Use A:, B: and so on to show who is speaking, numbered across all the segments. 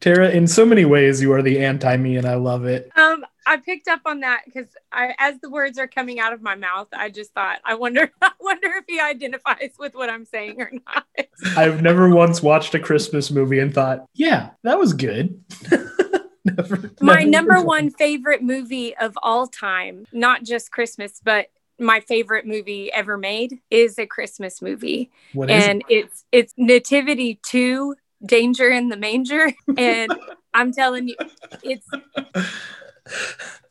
A: Tara, in so many ways, you are the anti me, and I love it.
B: Um, I picked up on that because I, as the words are coming out of my mouth, I just thought, I wonder, I wonder if he identifies with what I'm saying or not.
A: I've never once watched a Christmas movie and thought, yeah, that was good. never, never
B: my number
A: once.
B: one favorite movie of all time, not just Christmas, but my favorite movie ever made is a Christmas movie.
A: What is it?
B: And it's it's Nativity 2, Danger in the Manger. And I'm telling you, it's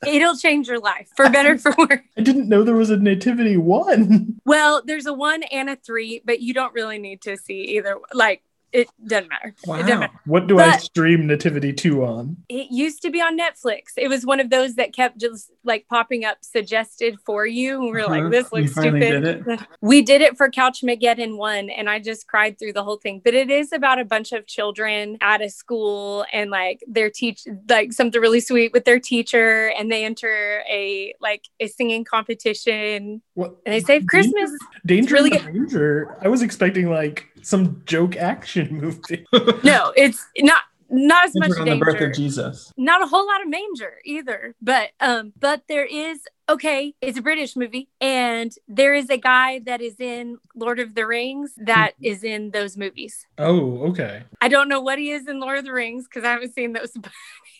B: it'll change your life for better for worse.
A: I didn't know there was a nativity one.
B: Well, there's a one and a three, but you don't really need to see either. Like it doesn't matter. It doesn't matter.
A: What do I
B: But-
A: stream nativity two on?
B: It used to be on Netflix. It was one of those that kept just like popping up suggested for you. And we were
C: Uh-huh.
B: like, this
C: You
B: looks
C: finally
B: stupid.
C: did it?
B: We did it for Couch Mageddon one, and I just cried through the whole thing. But it is about a bunch of children at a school, and like their teach, like something really sweet with their teacher, and they enter a like a singing competition,
A: What?
B: and they save Christmas.
A: Danger
B: really
A: in the Manger. I was expecting like some joke action movie.
B: No, it's not not as much
C: Picture on the birth
B: danger.
C: of Jesus.
B: not a whole lot of manger either but um but there is okay it's a british movie and there is a guy that is in lord of the rings that
C: Hmm.
B: is in those movies
A: Oh, okay.
B: i don't know what he is in lord of the rings because i haven't seen those but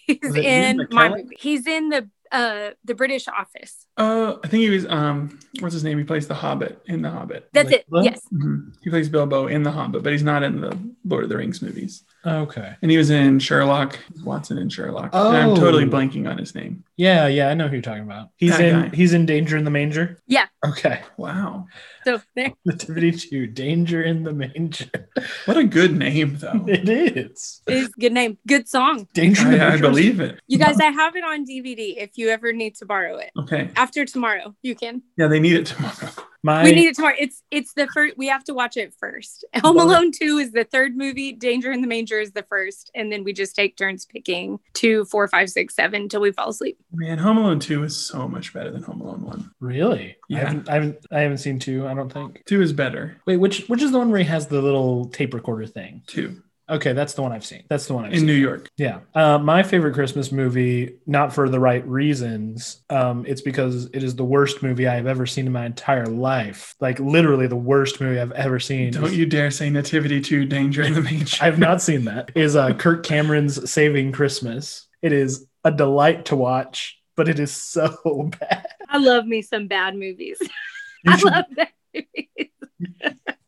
B: he's
C: Was it Ian
B: in my
C: McKellen?
B: movie he's in the uh the british office
C: Oh, I think he was. Um, what's his name? He plays the Hobbit in the Hobbit.
B: that's it
A: Bilbo?
B: yes
A: Mm-hmm.
C: Mhm. He plays Bilbo in the Hobbit, but he's not in the Lord of the Rings movies.
A: Okay.
C: And he was in Sherlock Watson in Sherlock. And I'm
A: Oh.
C: totally blanking on his name.
A: Yeah, yeah, I know who you're talking about. He's
C: That
A: in
C: guy.
A: he's in Danger in the Manger.
B: Yeah.
A: Okay.
C: Wow,
B: so there
A: Nativity two, Danger in the Manger.
C: what a good name though.
A: It is.
B: is good name good song
A: Danger in the
C: I, I
A: Manger.
C: believe it.
B: you guys i have it on dvd if you ever need to borrow it
C: Okay.
B: after tomorrow you can
C: Yeah, they need it tomorrow.
A: my
B: we need it tomorrow. It's it's the first. We have to watch it first. Home
A: Well-
B: Alone Two is the third movie. Danger in the Manger is the first, and then we just take turns picking two, four, five, six, seven until we fall asleep.
C: Man, Home Alone 2 is so much better than Home Alone 1.
A: really. I
C: Yeah.
A: haven't I haven't I haven't seen two, I don't think.
C: 2 is better.
A: Wait, which which is the one where he has the little tape recorder thing?
C: 2
A: Okay, that's the one I've seen. That's the one I've
C: in
A: seen.
C: New York.
A: Yeah. Uh, my favorite Christmas movie, not for the right reasons, um, it's because it is the worst movie I have ever seen in my entire life. Like, literally, the worst movie I've ever seen.
C: Don't you dare say Nativity 2 Danger in the Manger.
A: I have not seen that. Is uh, Kirk Cameron's Saving Christmas. It is a delight to watch, but it is so bad.
B: I love me some bad movies.
A: You
B: I
A: should,
B: love that. movies.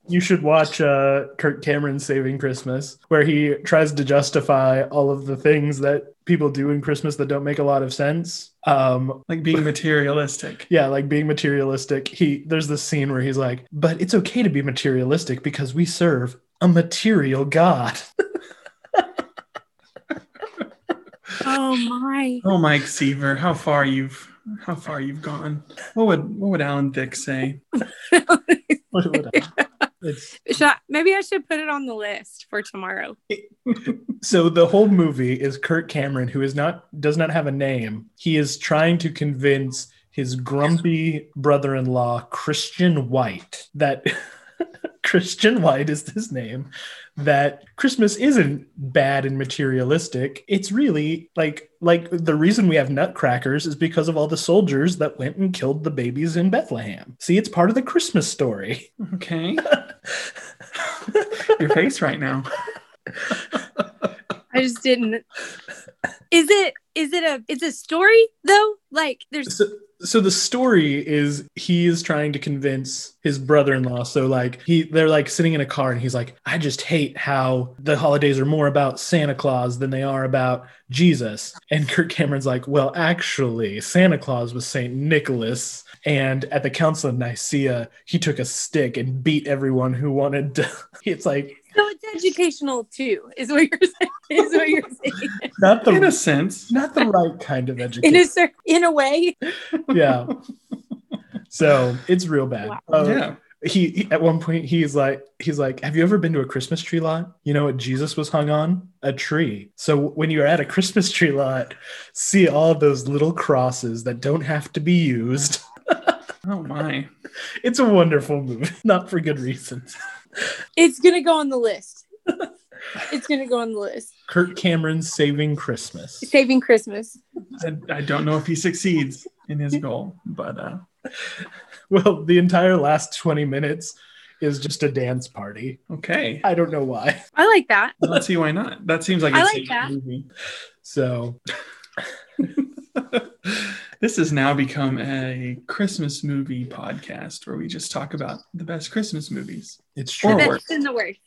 A: you should watch uh, Kirk Cameron's Saving Christmas, where he tries to justify all of the things that people do in Christmas that don't make a lot of sense. Um,
C: like being materialistic.
A: yeah like being materialistic he there's this scene where he's like but it's okay to be materialistic because we serve a material god
B: Oh my!
C: Oh, Mike Seaver, how far you've how far you've gone. What would what would Alan Thick say?
A: What would I- it's,
B: Should I, maybe I should put it on the list for tomorrow.
A: so the whole movie is kirk cameron who is not does not have a name he is trying to convince his grumpy brother-in-law christian white that christian white is his name that christmas isn't bad and materialistic it's really like like the reason we have nutcrackers is because of all the soldiers that went and killed the babies in bethlehem see it's part of the christmas story
C: Okay. Your face right now.
B: I just didn't. Is it? Is it a? It's a story though. Like there's
A: so, so the story is he is trying to convince his brother-in-law so like he they're like sitting in a car and he's like i just hate how the holidays are more about santa claus than they are about jesus and kirk cameron's like well actually santa claus was saint nicholas and at the council of nicaea he took a stick and beat everyone who wanted to it's like
B: so it's educational too. Is what you're saying? Is what you're saying?
A: not
C: In a
A: the
C: sense.
A: not the right kind of
B: in
A: education
B: a cer- in a way.
A: yeah so it's real bad
B: Wow.
A: Uh,
C: yeah.
A: he, he- at one point he's like he's like have you ever been to a christmas tree lot you know what jesus was hung on a tree so when you're at a christmas tree lot see all those little crosses that don't have to be used
C: Oh my.
A: it's a wonderful movie not for good reasons
B: It's gonna go on the list. It's gonna go on the list.
A: Kurt Cameron saving Christmas.
B: Saving Christmas.
C: I, I don't know if he succeeds in his goal, but uh,
A: Well, the entire last 20 minutes is just a dance party.
C: okay.
A: I don't know why.
B: I like that.
C: Let's see why not. That seems like
B: I
C: a
B: like
C: safe
B: that.
C: movie.
A: So,
C: this has now become a Christmas movie podcast where we just talk about the best Christmas movies.
A: it's
C: Or
A: true.
B: That's
C: worse.
B: in the worst.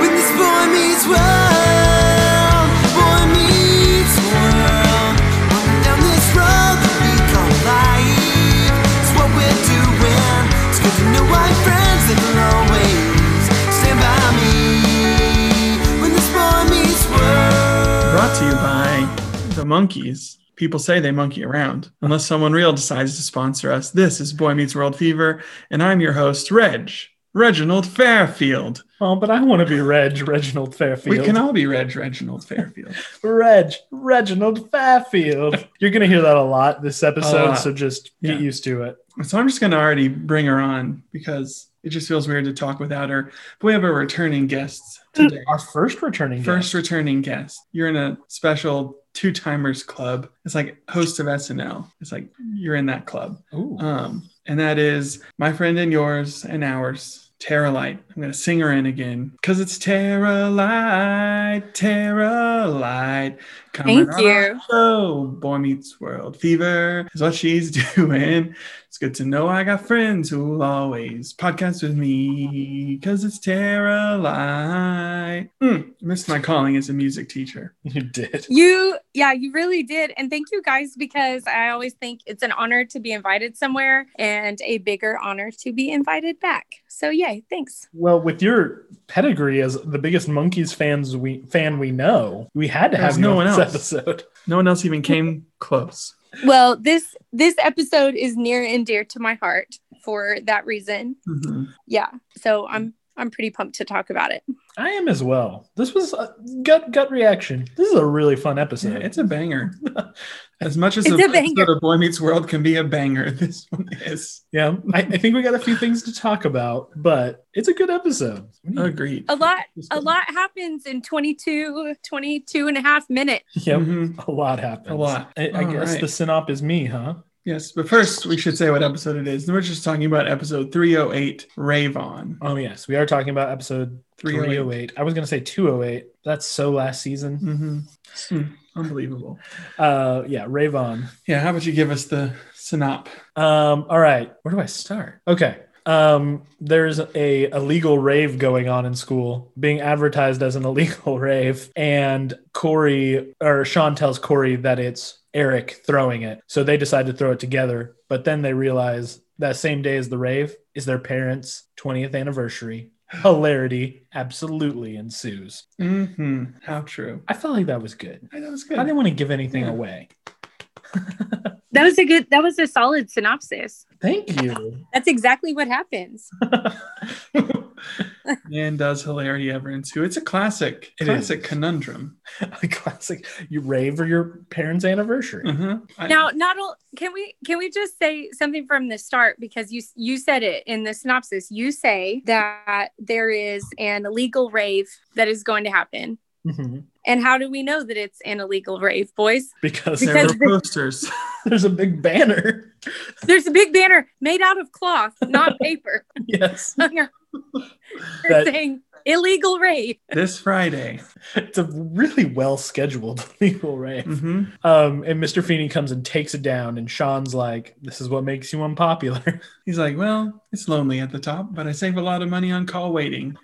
D: When this boy meets world, boy meets world. Running down this road that we call life. It's what we're doing. It's good to know my friends that will always stand by me. When this boy meets world.
C: Brought to you by the monkeys. People say they monkey around unless someone real decides to sponsor us. This is Boy Meets World Fever, and I'm your host, Reg, Reginald Fairfield.
A: Oh, but I want to be Reg Reginald Fairfield.
C: We can all be Reg Reginald Fairfield.
A: Reg Reginald Fairfield. You're gonna hear that a lot this episode,
C: lot.
A: so just get
C: Yeah.
A: used to it.
C: So I'm just going to already bring her on because it just feels weird to talk without her. But we have a returning guest today.
A: Our first returning
C: First
A: guest.
C: returning guest. You're in a special two timers club. It's like host of SNL. It's like you're in that club.
A: Ooh.
C: Um, and that is my friend and yours and ours, Tara Light. I'm gonna sing her in again because it's Tara Light, Tara Light. Coming
B: Thank
C: on our
B: you.
C: show. Boy Meets World Fever is what she's doing. It's good to know I got friends who will always podcast with me because it's Tara Light. Mm, missed my calling as a music teacher.
A: you did.
B: You, yeah, you really did. And thank you guys because I always think it's an honor to be invited somewhere and a bigger honor to be invited back. So, yay, thanks.
A: Well, with your pedigree as the biggest monkeys fans we fan we know, we had to
C: There's
A: have you
C: no
A: on
C: one
A: this
C: else.
A: episode.
C: No one else even came close.
B: Well, this this episode is near and dear to my heart for that reason.
C: Mhm.
B: Yeah. So, I'm I'm pretty pumped to talk about it.
A: I am as well. This was a gut gut reaction. This is a really fun
C: Yeah,
A: episode.
C: it's a banger. As much as
B: It's
C: the
B: a banger.
C: of Boy Meets World can be a banger, this one is.
A: Yeah, I, I think we got a few things to talk about, but it's a good episode.
C: Agreed.
B: A lot
A: This
B: a
A: one.
B: lot happens in 22 22 and a half minutes.
A: Yep,
C: Mhm.
A: a lot happens.
C: A lot.
A: I, I
C: All
A: guess
C: right.
A: the synop is me, huh?
C: Yes, but first we should say what episode it is. We're just talking about episode 308, Rave On.
A: Oh yes, we are talking about episode
C: 308.
A: 308. I was going to say 208. That's so last season.
C: Mhm.
A: Hmm.
C: Mm, Unbelievable.
A: Uh yeah, Ravon.
C: Yeah, how about you give us the synop?
A: Um all right, where do I start? Okay. Um there's a illegal rave going on in school, being advertised as an illegal rave and Corey or Sean tells Corey that it's Eric throwing it. So they decide to throw it together, but then they realize that same day as the rave is their parents' 20th anniversary. Hilarity absolutely ensues.
C: hmm How true.
A: I felt like that was good.
C: I, that was
A: I
C: good.
A: didn't want to give anything
C: Yeah.
A: away.
B: That was a good that was a solid synopsis.
A: Thank you.
B: That's exactly what happens.
C: And does hilarity ever ensue? It's a classic,
A: It
C: classic
A: is.
C: conundrum.
A: A classic. You rave for your parents' anniversary.
C: Uh-huh. I-
B: now not all can we can we just say something from the start because you you said it in the synopsis you say that there is an illegal rave that is going to happen
A: Mhm.
B: and how do we know that it's an illegal rave boys
A: Because
C: there
B: because
C: were posters.
A: there's a big banner.
B: there's a big banner made out of cloth not paper
A: Yes.
B: They're
A: That-
B: saying illegal rave
C: this Friday.
A: It's a really well scheduled legal rave.
C: hmm
A: Um, and Mr. Feeney comes and takes it down, and Sean's like, This is what makes you unpopular.
C: He's like, well, it's lonely at the top, but I save a lot of money on call waiting,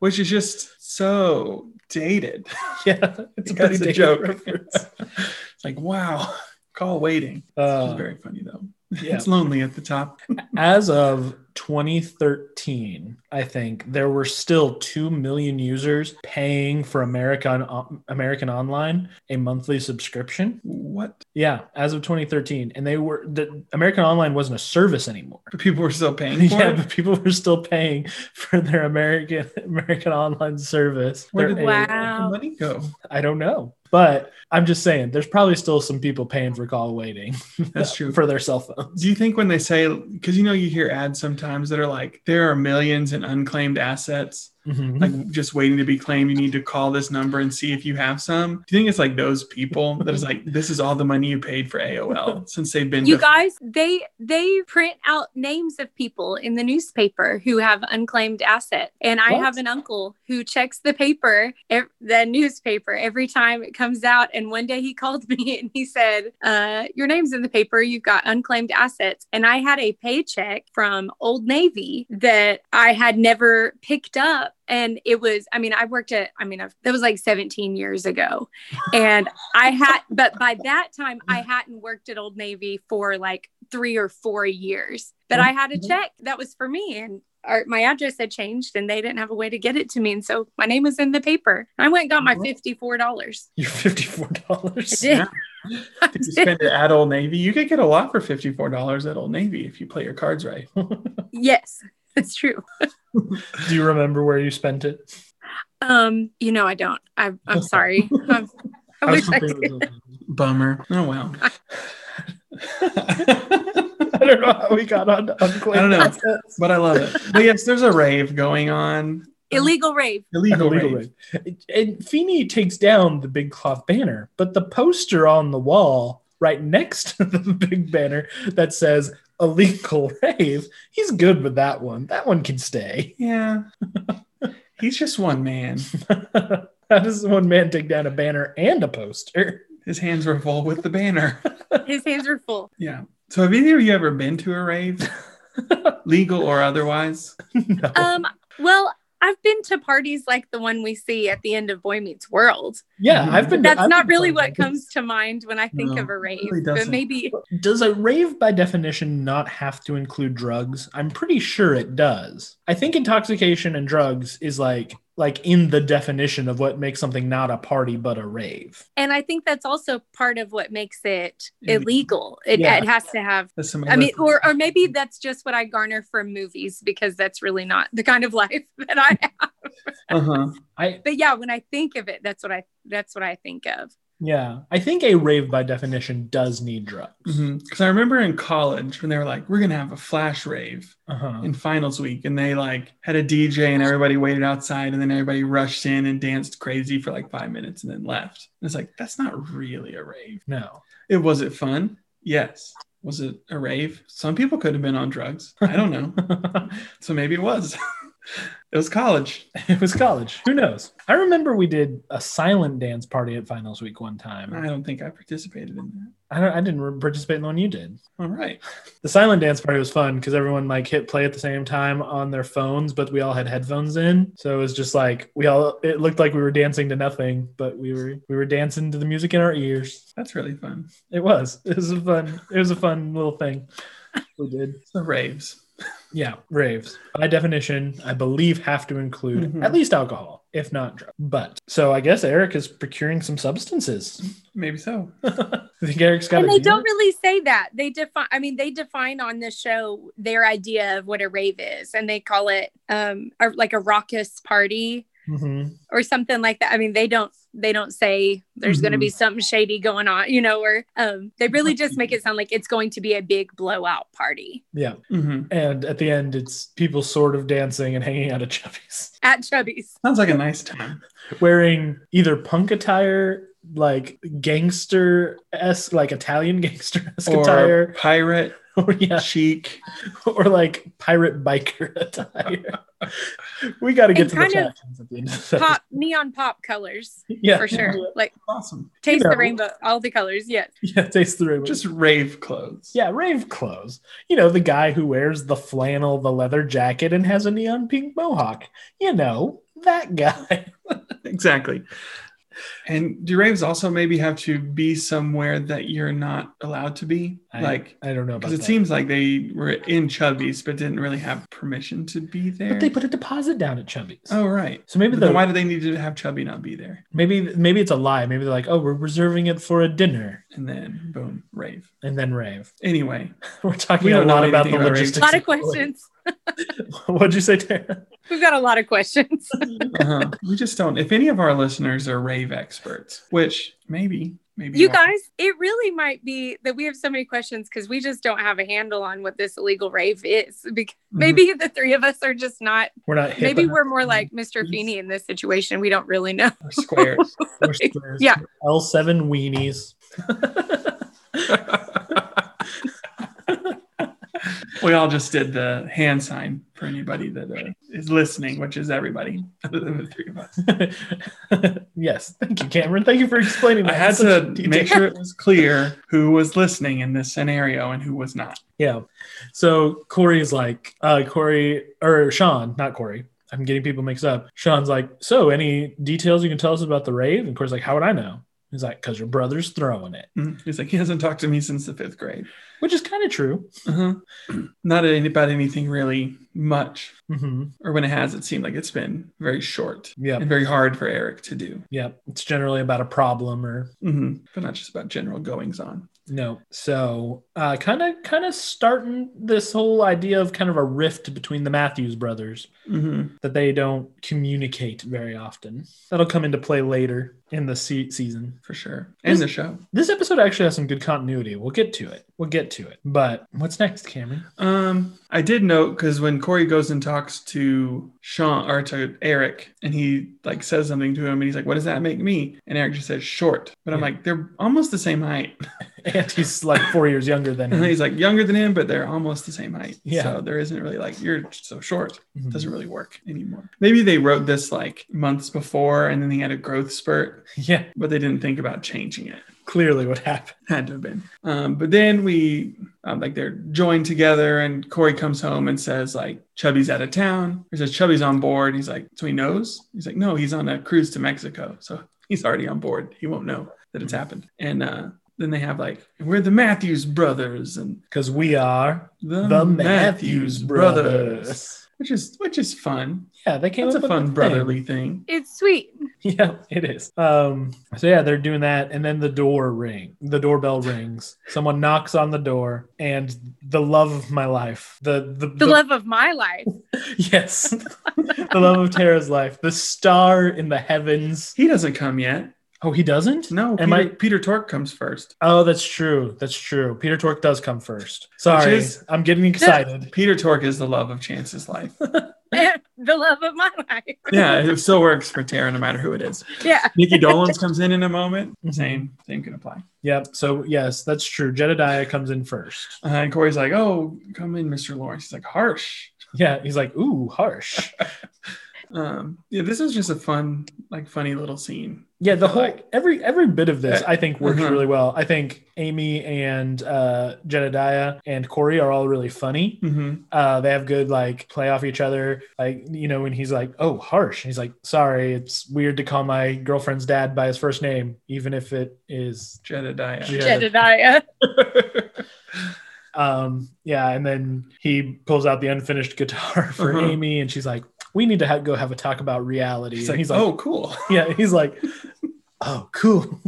C: which is just so dated.
A: yeah. It's a
C: That's
A: pretty
C: a
A: dated
C: joke.
A: reference.
C: It's like, wow, call waiting. It's
A: Uh,
C: very funny though.
A: yeah.
C: It's lonely at the top.
A: As of 2013, I think, there were still 2 million users paying for American American Online a monthly subscription.
C: What?
A: Yeah, as of 2013, and they were the American Online wasn't a service anymore.
C: But people were still paying for
A: Yeah,
C: it.
A: but people were still paying for their American American Online service.
C: Where
A: Their
C: did,
A: aid.
C: where did the
B: Wow.
C: money go?
A: I don't know. But I'm just saying, there's probably still some people paying for call waiting
C: That's true.
A: for their cell phone.
C: Do you think when they say, because you know you hear ads sometimes that are like, there are millions in unclaimed assets,
A: Mhm.
C: like just waiting to be claimed. You need to call this number and see if you have some. Do you think it's like those people that is like, this is all the money you paid for AOL since they've been?
B: You
C: def-
B: guys, they they print out names of people in the newspaper who have unclaimed asset, and I
A: What?
B: have an uncle who checks the paper, ev- the newspaper every time it comes out. And one day he called me and he said, uh, "Your name's in the paper. You've got unclaimed assets." And I had a paycheck from Old Navy that I had never picked up. And it was, I mean, I worked at, I mean, I've, that was like 17 years ago. And I had, but by that time, I hadn't worked at Old Navy for like three or four years. But I had a check that was for me, and our, my address had changed, and they didn't have a way to get it to me, and so my name was in the paper. I went and got my fifty-four dollars.
A: You're $54.
B: did. I
C: If you
B: did.
C: spend it at Old Navy, you could get a lot for fifty-four dollars at Old Navy if you play your cards right.
B: Yes, that's true.
A: Do you remember where you spent it?
B: Um, you know, I don't. I, I'm sorry. I'm, I
A: I was
B: wish I
A: completely
B: could.
A: open.
C: Bummer. Oh wow.
A: I don't know how we got on to unclaimed
C: I don't know.
A: assets.
C: But I love it. But yes, there's a rave going on.
B: Illegal rave.
C: Illegal,
A: Illegal
C: rave.
A: rape. And Feeney takes down the big cloth banner, but the poster on the wall right next to the big banner that says illegal rave, he's good with that one. That one can stay.
C: Yeah. He's just one man.
A: How does one man take down a banner and a poster?
C: His hands were full with the banner.
B: His hands are full.
C: Yeah. So have either of you ever been to a rave? Legal or otherwise?
A: No.
B: Um, well, I've been to parties like the one we see at the end of Boy Meets World.
C: Mm-hmm.
A: yeah, I've been.
B: That's
A: I've
B: not
A: been
B: really
A: playing
B: what
A: that.
B: comes to mind when I think
C: No,
B: of a rave,
C: really
B: but
C: doesn't.
B: maybe
A: Does a rave by definition not have to include drugs? I'm pretty sure it does. I think intoxication and drugs is like like in the definition of what makes something not a party but a rave.
B: and I think that's also part of what makes it
C: Illegal.
B: illegal. It,
A: Yeah.
B: it has to have
C: That's some
B: I mean
C: other-
B: or or maybe that's just what I garner from movies because that's really not the kind of life that I have.
C: uh-huh.
A: I
B: But yeah, when I think of it, that's what I that's what I think of.
A: yeah, I think a rave by definition does need drugs.
C: Because Mm-hmm. I remember in college when they were like, we're gonna have a flash rave
A: Uh-huh.
C: in finals week, and they like had a DJ and everybody waited outside, and then everybody rushed in and danced crazy for like five minutes and then left. And it's like that's not really a rave.
A: No.
C: It was it fun? Yes. Was it a rave? Some people could have been on drugs. I don't know. so maybe it was. it was college.
A: it was college. Who knows? I remember we did a silent dance party at finals week one
C: I
A: time.
C: don't think I participated in that.
A: I, don't, I didn't re- participate in the one you did.
C: All right.
A: The silent dance party was fun because everyone like hit play at the same time on their phones, but we all had headphones in, so it was just like we all. It looked like we were dancing to nothing, but we were we were dancing to the music in our ears.
C: That's really fun.
A: It was it was a fun it was a fun little thing we did.
C: The raves.
A: Yeah, raves by definition, I believe have to include
C: Mhm.
A: at least alcohol, if not drugs. But so I guess Eric is procuring some substances.
C: Maybe so.
A: I think Eric's got.
B: And
A: a
B: they
A: deal.
B: don't really say that. They define I mean they define on the show their idea of what a rave is and they call it um a, like a raucous party
A: Mhm.
B: or something like that. I mean, they don't they don't say there's going to be something shady going on, you know, or um, they really just make it sound like it's going to be a big blowout party
A: Yeah,
C: Mhm.
A: and at the end, it's people sort of dancing and hanging out at Chubby's.
B: at Chubby's.
C: Sounds like a nice time.
A: wearing either punk attire, like gangster esque, like Italian gangster esque
C: Or
A: attire,
C: pirate,
A: or yeah,
C: chic.
A: or like pirate biker attire. we got to get
B: And
A: to the
B: kind of
A: fashions at the end of the
B: Pop neon pop colors
A: yeah,
B: for sure. Like
C: Awesome.
B: taste
A: know.
B: the rainbow, all the colors. Yes.
A: Yeah, taste the rainbow.
C: Just rave clothes.
A: yeah, rave clothes. You know, the guy who wears the flannel, the leather jacket, and has a neon pink mohawk. You know, that guy.
C: Exactly. And do raves also maybe have to be somewhere that you're not allowed to be?
A: I-
C: like,
A: I don't know about
C: because it
A: that.
C: seems like they were in Chubby's but didn't really have permission to be there.
A: but they put a deposit down at Chubby's.
C: oh, right.
A: So maybe
C: But
A: the
C: then why do they need to have Chubby not be there?
A: maybe maybe it's a lie. Maybe they're like, oh, we're reserving it for a dinner
C: And then boom, rave.
A: and then rave.
C: Anyway,
A: We're talking
C: We
A: a
C: don't know
A: lot about the
C: anything about raves.
A: logistics.
B: A lot of questions.
A: What'd you say, Tara?
B: We've got a lot of questions.
C: uh-huh. we just don't. If any of our listeners are rave experts, which maybe, maybe
B: you
C: are.
B: guys, it really might be that we have so many questions because we just don't have a handle on what this illegal rave is. Because
A: Mm-hmm.
B: maybe the three of us are just not.
A: We're not. hip
B: Maybe
A: enough.
B: we're more like
A: mm-hmm.
B: Mr. Feeney in this situation. We don't really know.
C: Or Mm-hmm. squares.
A: We're squares.
B: Yeah.
A: L seven weenies.
C: we all just did the hand sign for anybody that uh, is listening, which is everybody other than the three of us.
A: yes. Thank you, Cameron. Thank you for explaining
C: I
A: that.
C: had
A: in such
C: to
A: detail.
C: make sure it was clear who was listening in this scenario and who was not.
A: Yeah. So Corey's like, uh, Corey or Sean, not Corey. I'm getting people mixed up. Sean's like, so any details you can tell us about the rave? And Corey's like, how would I know? He's like, because your brother's throwing it,
C: Mm. He's like, he hasn't talked to me since the fifth grade.
A: which is kind of true.
C: Uh-huh. Not any- about anything really much,
A: hmm
C: or when it has, it seemed like it's been very short
A: Yeah.
C: and very hard for Eric to do.
A: Yeah. It's generally about a problem or
C: hmm But not just about general goings on.
A: no. So uh, kind of kind of starting this whole idea of kind of a rift between the Matthews brothers.
C: hmm
A: that they don't communicate very often. That'll come into play later in the se- season.
C: for sure. And
A: This-
C: the show.
A: This episode actually has some good continuity. We'll get to it. We'll get to it. But what's next, Cameron?
C: Um, I did note because when Corey goes and talks to Sean or to Eric, and he like says something to him, and he's like, "What does that make me?" And Eric just says, "Short." But I'm
A: Yeah.
C: like, they're almost the same height.
A: And he's like four years younger than
C: And
A: him.
C: he's like younger than him, but they're almost the same height.
A: Yeah.
C: So there isn't really like you're so short. It
A: Mhm.
C: doesn't really work anymore. Maybe they wrote this like months before, and then he had a growth spurt,
A: Yeah,
C: but they didn't think about changing it.
A: clearly what happened.
C: had to have been. Um, but then we um, like they're joined together, and Corey comes home and says like Chubby's out of town. He says Chubby's on board. He's like, so he knows. He's like, no, he's on a cruise to Mexico, so he's already on board. He won't know that
A: Mm-hmm.
C: it's happened. And uh, then they have like we're the Matthews brothers and
A: Because we are
C: the,
A: the Matthews brothers.
C: which is which is fun.
A: Yeah, they came
C: It's
A: up
C: a
A: with
C: fun
A: thing.
C: brotherly thing.
B: It's sweet.
A: Yeah, it is. Um, so yeah, they're doing that, and then the door ring, the doorbell rings. Someone knocks on the door, and the love of my life, the the,
B: The love of my life.
A: yes, the love of Tara's life, the star in the heavens.
C: He doesn't come yet.
A: Oh, he doesn't.
C: No,
A: Am
C: Peter,
A: I-
C: Peter Tork comes first.
A: Oh, that's true. That's true. Peter Tork does come first. Sorry,
C: Which is-
A: I'm getting excited.
C: Peter Tork is the love of Chance's life.
B: the love of my life.
C: yeah, it still works for Tara, no matter who it is.
B: Yeah.
C: Nikki Dolan's comes in in a moment.
A: Mhm.
C: Same, same can apply.
A: Yep. So yes, that's true. Jedediah comes in first.
C: Uh, and Corey's like, "Oh, come in, Mr. Lawrence." He's like, "Harsh."
A: Yeah, he's like, ooh, harsh.
C: Um, yeah, this is just a fun, like, funny little scene.
A: Yeah, the
C: feel
A: whole
C: like.
A: every every bit of this
C: Uh,
A: I think works
C: mhm.
A: really well. I think Amy and uh, Jedediah and Corey are all really funny.
C: Mhm.
A: Uh, they have good like play off each other. Like you know when he's like, "Oh, harsh," and he's like, "Sorry, it's weird to call my girlfriend's dad by his first name, even if it is."
C: Jedediah.
A: Je- Yeah.
B: Jedediah.
A: Um, yeah, and then he pulls out the unfinished guitar for
C: Uh-huh.
A: Amy, and she's like, "We need to ha- go have a talk about reality."
C: he's,
A: and
C: like,
A: he's like,
C: "Oh, cool."
A: yeah," he's like, "Oh, cool."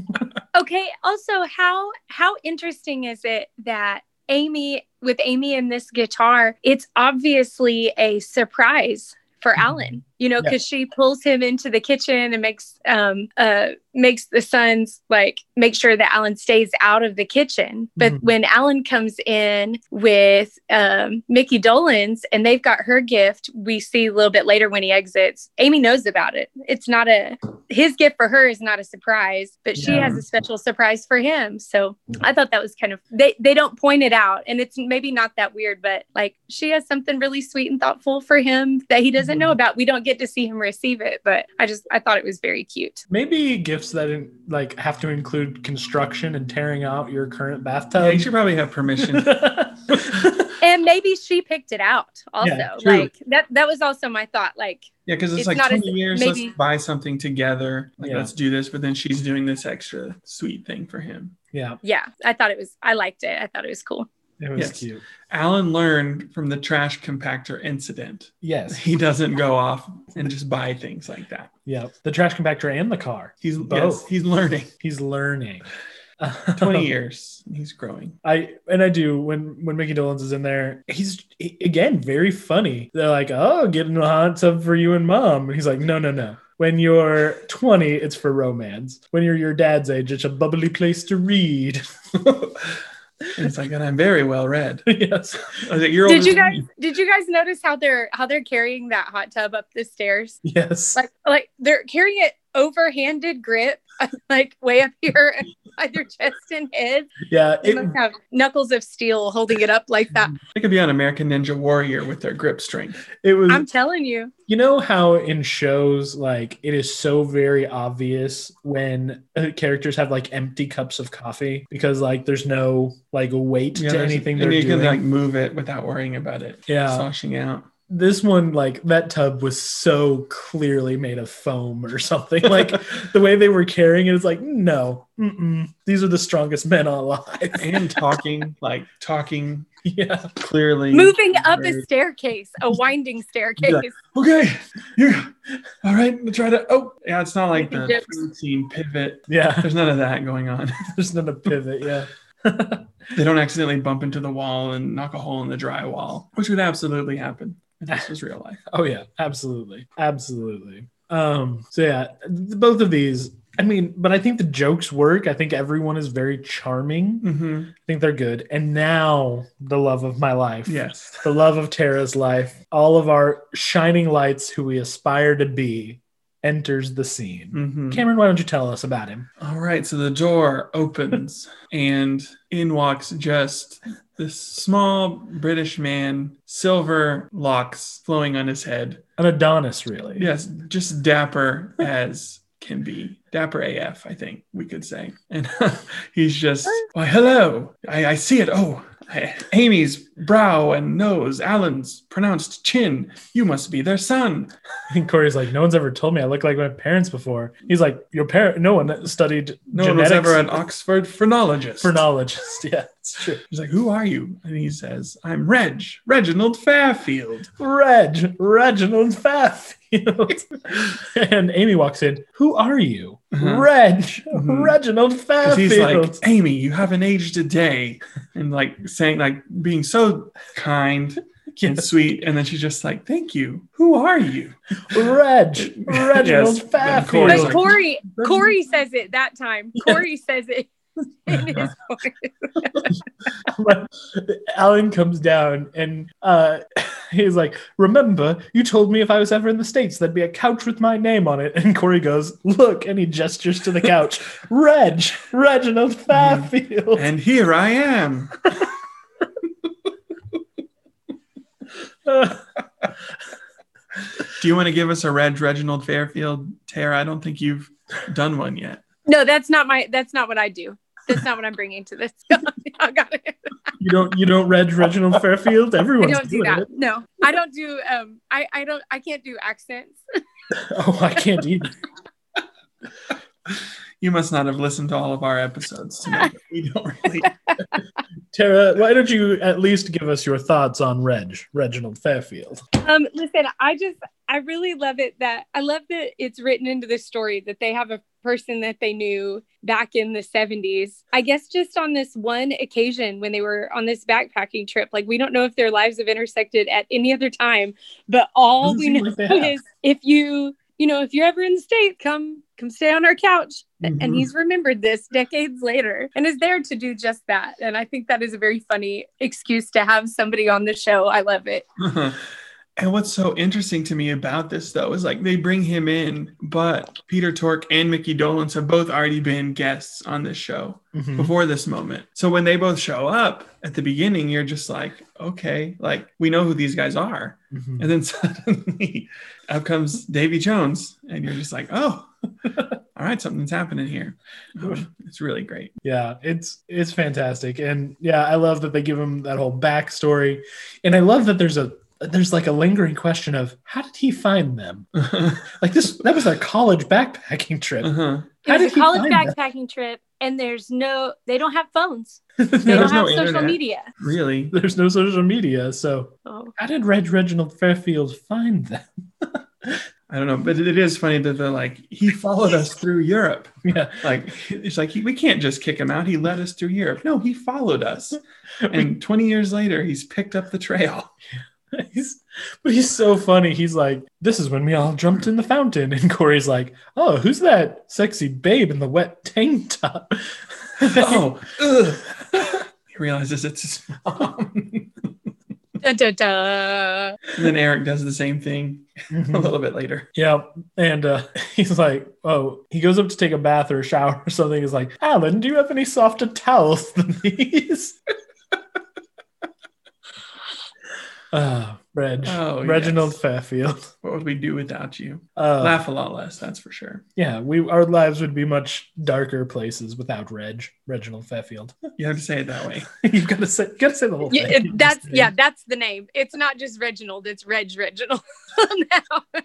B: Okay. Also, how how interesting is it that Amy with Amy and this guitar, it's obviously a surprise for
A: Mhm.
B: Alan. You know,
A: Yeah.
B: because she pulls him into the kitchen and makes um uh makes the sons like make sure that Alan stays out of the kitchen. But
A: Mhm.
B: when Alan comes in with um Mickey Dolan's and they've got her gift, we see a little bit later when he exits. Amy knows about it. It's not a his gift for her is not a surprise, but she
A: Yeah.
B: has a special surprise for him. So I thought that was kind of they they don't point it out, and it's maybe not that weird, but like she has something really sweet and thoughtful for him that he doesn't
A: Mm-hmm.
B: know about. We don't get to see him receive it, but I just I thought it was very cute.
A: Maybe gifts that in, like have to include construction and tearing out your current bathtub.
C: yeah, you should probably have permission.
B: and maybe she picked it out also
A: Yeah, true.
B: like that that was also my thought like
C: Yeah, because it's,
B: It's
C: like
B: not as-
C: 20 years,
B: maybe-
C: let's buy something together. Like,
A: Yeah.
C: let's do this. But then she's doing this extra sweet thing for him.
A: Yeah,
B: yeah i thought it was i liked it i thought it was cool
A: it was
C: Yes.
A: cute.
C: Alan learned from the trash compactor incident.
A: Yes.
C: He doesn't go off and just buy things like that.
A: Yeah. The trash compactor and the car.
C: He's yes,
A: Both.
C: he's learning.
A: He's learning.
C: 20 years. He's growing.
A: I and I do when when Mickey Dolenz is in there, he's he- again very funny. They're like, "Oh, getting a hot tub for you and mom," and he's like, "No, no, no. When you're 20, it's for romance. When you're your dad's age, it's a bubbly place to read."
C: And it's like, and I'm very well read.
A: yes,
C: I was like, You're
B: did
C: older
B: you
C: than
B: guys
C: me.
B: did you guys notice how they're how they're carrying that hot tub up the stairs
A: yes.
B: like like they're carrying it overhanded grip like way up here by their chest and head
A: yeah,
B: they
A: it,
B: must have knuckles of steel holding it up like that
C: They could be on American Ninja Warrior with their grip strength.
A: it was.
B: i'm telling you
A: You know how in shows, like, it is so very obvious when uh, characters have like empty cups of coffee because, like, there's no like weight
C: Yeah,
A: to
C: there's-
A: anything
C: and
A: they're
C: you
A: doing.
C: can like move it without worrying about it.
A: Yeah.
C: Sloshing out.
A: this one, like, that tub was so clearly made of foam or something. Like, the way they were carrying it is like, no, mm-mm, these are the strongest men alive.
C: and talking, like talking
A: yeah.
C: clearly.
B: moving up
C: Very-
B: a staircase a winding staircase
C: okay. Yeah. All right. Let's try to. Oh, yeah. It's not like
B: Making
C: the
B: jokes.
C: food scene pivot.
A: Yeah.
C: There's none of that going on.
A: There's not a pivot. Yeah.
C: they don't accidentally bump into the wall and knock a hole in the drywall, which would absolutely happen. if This was real life.
A: Oh yeah, absolutely, absolutely. Um, so yeah, th- both of these. I mean, but I think the jokes work. I think everyone is very charming.
C: hmm
A: I think they're good. And now the love of my life.
C: Yes.
A: The love of Tara's life. All of our shining lights who we aspire to be enters the scene.
C: Mhm.
A: Cameron, why don't you tell us about him?
C: All right. So the door opens and in walks just this small British man, silver locks flowing on his head,
A: An Adonis, really.
C: Yes, just dapper as can be. Dapper AF, I think we could say. And he's just, why, hello. I, I see it. Oh, I- Amy's brow and nose, Alan's pronounced chin. You must be their son.
A: And Corey's like, no one's ever told me I look like my parents before. He's like, your parent, no one studied
C: No
A: genetics
C: one was ever an Oxford phrenologist.
A: phrenologist. Yeah, it's true.
C: He's like, who are you? And he says, I'm Reg, Reginald Fairfield.
A: Reg, Reginald Fairfield. and Amy walks in. Who are you?
C: Uh-huh.
A: Reg, Mm-hmm.
C: Mhm.
A: Reginald
C: 'Cause he's like,
A: Fairfield.
C: Amy, you haven't aged a day. And like saying, like being so kind and sweet. And then she's just like, Thank you. Who are you?
A: Reg, Reginald
C: Yes, and
A: Fairfield.
C: Corey's
B: but
C: like-
B: corey corey says it that time corey says it in his voice.
A: Alan comes down and uh, he's like, Remember, you told me if I was ever in the States, there'd be a couch with my name on it. And Corey goes, Look. And he gestures to the couch, Reg, Reginald Fairfield.
C: And here I am. Do you want to give us a Reg Reginald Fairfield tear? I don't think you've done one yet.
B: no that's not my that's not what i do that's not what i'm bringing to this i got it
A: you don't you don't Reg Reginald Fairfield?
B: I
A: Everyone's
B: don't do
A: doing
B: that.
A: it.
B: No, I don't do. Um, I I don't. I can't do accents.
A: Oh, I can't either.
C: You must not have listened to all of our episodes to know that we don't really.
A: Tara, why don't you at least give us your thoughts on Reg, Reginald Fairfield?
B: Um, listen, I just I really love it that I love that it's written into the story that they have a person that they knew back in the 70s. I guess just on this one occasion when they were on this backpacking trip, like we don't know if their lives have intersected at any other time, but all
A: Doesn't
B: we
A: seem
B: know
A: like they have.
B: is if you you know if you're ever in the state, come come stay on our couch.
A: Mm-hmm.
B: And he's remembered this decades later and is there to do just that. And I think that is a very funny excuse to have somebody on the show. I love it.
C: And what's so interesting to me about this, though, is like they bring him in, but Peter Tork and Mickey Dolenz have both already been guests on this show.
A: Mm-hmm.
C: before this moment. So when they both show up at the beginning, you're just like, okay, like we know who these guys are.
A: Mhm.
C: And then suddenly up comes Davy Jones, and you're just like, oh, all right, something's happening here. Um, it's really great.
A: Yeah, it's it's fantastic, and yeah, I love that they give him that whole backstory, and I love that there's a there's like a lingering question of how did he find them?
C: uh-huh.
A: Like this, that was a college backpacking trip. How
B: It
A: did
B: was a
A: he
B: college
A: find that?
B: backpacking trip, and there's no, they don't have phones. They
A: there's,
B: don't
C: no
B: have social
C: internet.
B: media.
C: Really?
A: there's no social media, so
B: Oh.
A: how did Reg Reginald Fairfield find them?
C: I don't know, but it is funny that they're like, he followed us through Europe.
A: yeah,
C: Like, it's like, he, we can't just kick him out. He led us through Europe. No, he followed us. And 20 years later, he's picked up the trail.
A: he's, but he's so funny. He's like, "This is when we all jumped in the fountain," and Corey's like, "Oh, who's that sexy babe in the wet tank top?"
C: Oh, ugh. he realizes it's his mom.
B: Dun, dun, dun.
C: and then Eric does the same thing a
A: Mhm.
C: little bit later.
A: Yeah. And uh, he's like, oh, he goes up to take a bath or a shower or something. He's like, Alan, do you have any softer towels than these? Ah, Reg.
C: Oh,
A: Reginald
C: yes.
A: Fairfield.
C: What would we do without you?
A: Uh,
C: Laugh a lot less, that's for sure.
A: Yeah, we our lives would be much darker places without Reg, Reginald Fairfield.
C: You have to say it that way.
A: You've got to say, got to say the whole
B: Yeah,
A: thing.
B: it- that's yeah, that's the name. It's not just Reginald; it's Reg Reginald. now.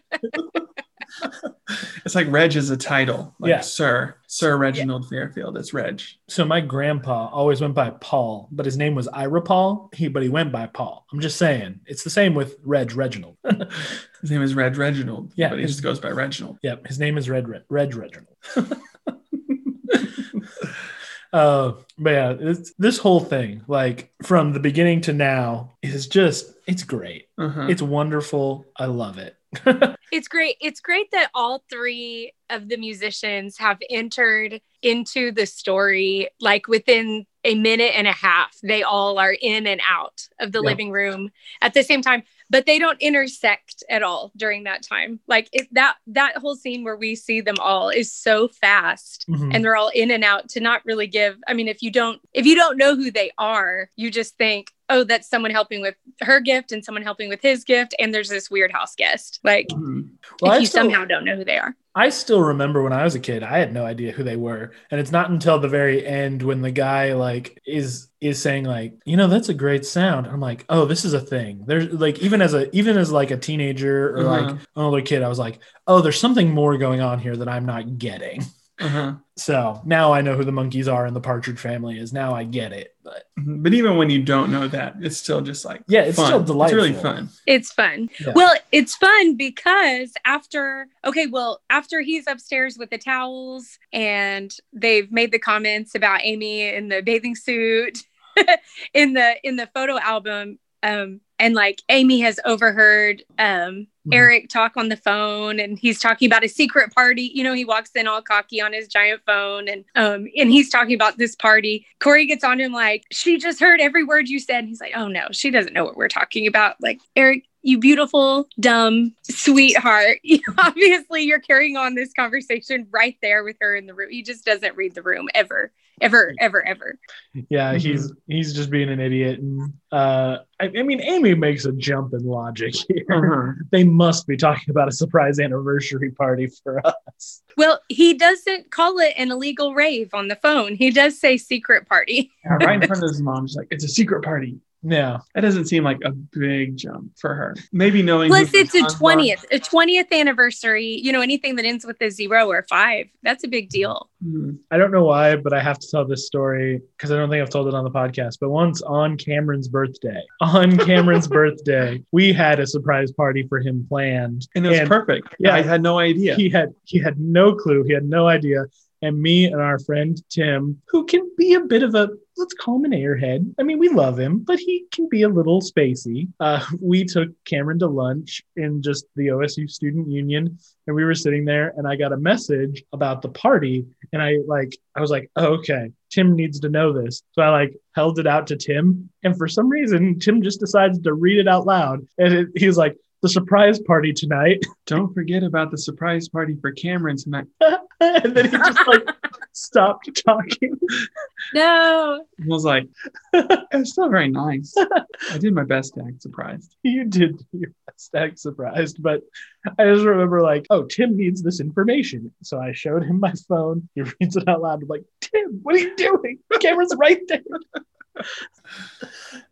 C: It's like Reg is a title. Like
A: Yeah.
C: Sir, Sir Reginald Fairfield. It's Reg.
A: So my grandpa always went by Paul, but his name was Ira Paul. He, but he went by Paul. I'm just saying, it's the same with Reg Reginald.
C: His name is Reg Reginald.
A: Yeah,
C: But he
A: it's-
C: just goes by Reginald.
A: Yep, his name is Red Red, Red Reginald. uh, but yeah, this, this whole thing, like from the beginning to now, is just it's great.
B: Mm.
C: Uh-huh.
A: It's wonderful. I love it.
B: It's great. It's great that all three of the musicians have entered into the story like within a minute and a half. They all are in and out of the
A: Yeah.
B: living room at the same time, but they don't intersect at all during that time. Like it, that that whole scene where we see them all is so fast.
A: Mhm.
B: and they're all in and out to not really give i mean if you don't if you don't know who they are you just think oh that's someone helping with her gift and someone helping with his gift and there's this weird house guest like
C: Mhm.
A: Well,
B: if
A: I
B: you
A: still-
B: somehow don't know who they are
A: I still remember when I was a kid, I had no idea who they were, and it's not until the very end when the guy like is is saying like, you know, that's a great sound. I'm like, oh, this is a thing. There's like even as a even as like a teenager or like
C: Uh-huh.
A: an older kid, I was like, oh, there's something more going on here that I'm not getting.
C: Uh-huh.
A: So now I know who the monkeys are and the partridge family is. Now I get it. But
C: Mhm. But even when you don't know that, it's still just like
A: Yeah, it's
C: fun.
A: still
C: It's really
A: delightful.
C: fun.
B: it's fun
A: Yeah.
B: well it's fun because after okay well after he's upstairs with the towels and they've made the comments about amy in the bathing suit in the in the photo album um and like amy has overheard um
A: Mhm.
B: eric talk on the phone and he's talking about a secret party you know he walks in all cocky on his giant phone and um and he's talking about this party corey gets on him like she just heard every word you said and he's like oh no she doesn't know what we're talking about like eric you beautiful dumb sweetheart You- obviously you're carrying on this conversation right there with her in the room he just doesn't read the room ever ever ever ever
A: yeah,
C: Mm-hmm.
A: he's he's just being an idiot. And, uh, I, I mean, Amy makes a jump in logic here.
C: Uh-huh.
A: They must be talking about a surprise anniversary party for us.
B: Well, he doesn't call it an illegal rave on the phone. He does say secret party.
C: Yeah, right in front of his mom, she's like, "It's a secret party."
A: Yeah,
C: That doesn't seem like a big jump for her. Maybe knowing who
B: Plus, it's a
C: Fonz are-
B: 20th, a 20th anniversary. You know, anything that ends with a zero or five, that's a big deal.
C: Mhm.
A: I don't know why, but I have to tell this story because I don't think I've told it on the podcast. But once on Cameron's birthday, on Cameron's birthday, we had a surprise party for him planned,
C: and it was
A: And-
C: perfect.
A: yeah.
C: I had no idea.
A: he had he had no clue he had no idea and me and our friend tim who can be a bit of a let's call him an airhead i mean we love him but he can be a little spacey uh, we took cameron to lunch in just the osu student union and we were sitting there and i got a message about the party and i like i was like oh, okay tim needs to know this so i like held it out to tim and for some reason tim just decides to read it out loud and it, he was like the surprise party tonight
C: Don't forget about the surprise party for Cameron tonight.
A: and then he just like stopped talking.
B: No.
C: I was like, it's not very nice. I did my best to act surprised.
A: You did your best act surprised, but I just remember like, oh, Tim needs this information. So I showed him my phone. He reads it out loud. I'm like, Tim, what are you doing? Camera's right there.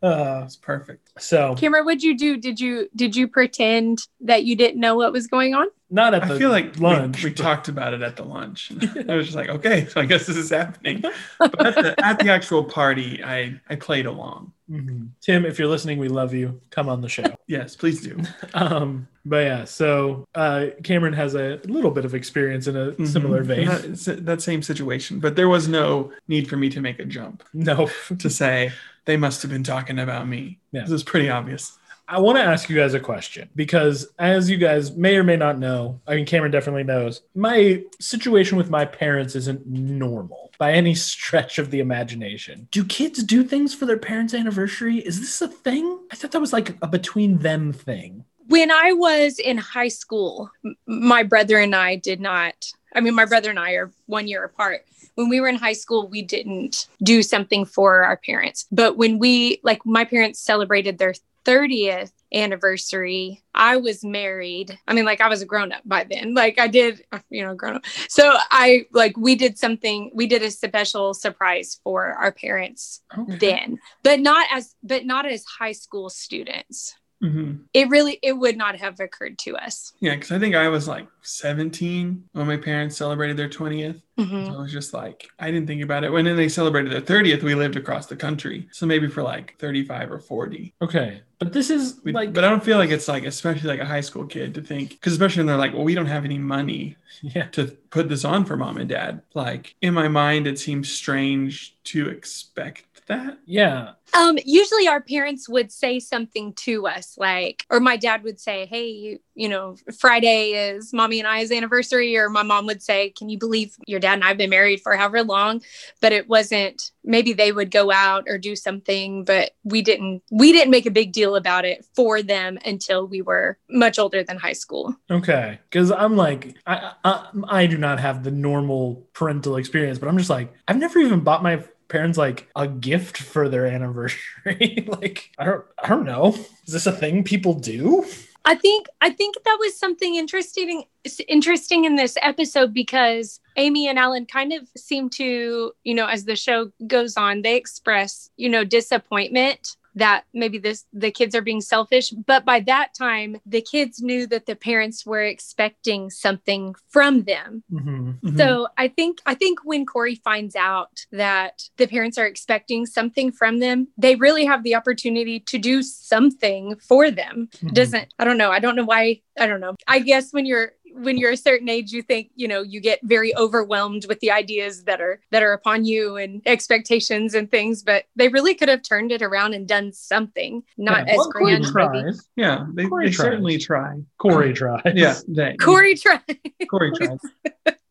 A: Uh,
C: That's perfect.
A: so
B: Cameron, what'd you do? Did you did you pretend that you didn't know what was going on?
A: not at the
C: I feel like we-
A: lunch.
C: We,
A: but-
C: talked about it at the lunch. I was just like, okay, so I guess this is happening. But at the, at the actual party, I, I played along.
A: Mhm. Tim, if you're listening, we love you. Come on the show.
C: Yes, please do.
A: um, but yeah, so uh, Cameron has a little bit of experience in a similar
C: Mhm.
A: vein.
C: That, it's that same situation, but there was no need for me to make a jump
A: No,
C: to say they must have been talking about me.
A: Yeah.
C: This is pretty obvious.
A: I want to ask you guys a question because, as you guys may or may not know, I mean, Cameron definitely knows, my situation with my parents isn't normal by any stretch of the imagination. Do kids do things for their parents' anniversary? Is this a thing? I thought that was like a between them thing.
B: When I was in high school, m- my brother and I did not. I mean, my brother and I are one year apart. When we were in high school, we didn't do something for our parents. But when we, like, my parents celebrated their 30th anniversary, I was married. I mean, like, I was a grown up by then. Like, I did, you know, grown up. So I, like, we did something, we did a special surprise for our parents then, but not as, but not as high school students
C: hmm
B: it really it would not have occurred to us
C: Yeah, because I think I was like 17 when my parents celebrated their 20th. So I was just like, I didn't think about it. When then they celebrated their 30th, we lived across the country. So maybe for like 35 or 40.
A: Okay. But this is
C: We,
A: like,
C: but I don't feel like it's like, especially like a high school kid to think, because especially when they're like, well, we don't have any money
A: yeah.
C: to put this on for mom and dad. Like in my mind, it seems strange to expect that.
A: Yeah.
B: um usually our parents would say something to us like or my dad would say hey you, you know friday is mommy and i's anniversary or my mom would say can you believe your dad and i've been married for however long but it wasn't maybe they would go out or do something but we didn't we didn't make a big deal about it for them until we were much older than high school
A: Okay, because I'm like, I, I I do not have the normal parental experience, but I'm just like, I've never even bought my parents like a gift for their anniversary. like, I don't I don't know. Is this a thing people do?
B: I think I think that was something interesting interesting in this episode because Amy and Alan kind of seem to, you know, as the show goes on, they express, you know, disappointment that maybe this the kids are being selfish, but by that time the kids knew that the parents were expecting something from them.
A: Mm-hmm.
B: So I think I think when Corey finds out that the parents are expecting something from them, they really have the opportunity to do something for them.
A: Mhm.
B: Doesn't I don't know. I don't know why I don't know. I guess when you're when you're a certain age you think, you know, you get very overwhelmed with the ideas that are that are upon you and expectations and things, but they really could have turned it around and done something. Not as grand maybe.
A: tries.
C: yeah, they,
A: Corey
C: they
A: tries.
C: certainly try.
A: Corey tries.
C: Yeah, they,
B: Corey tried.
C: Corey tries.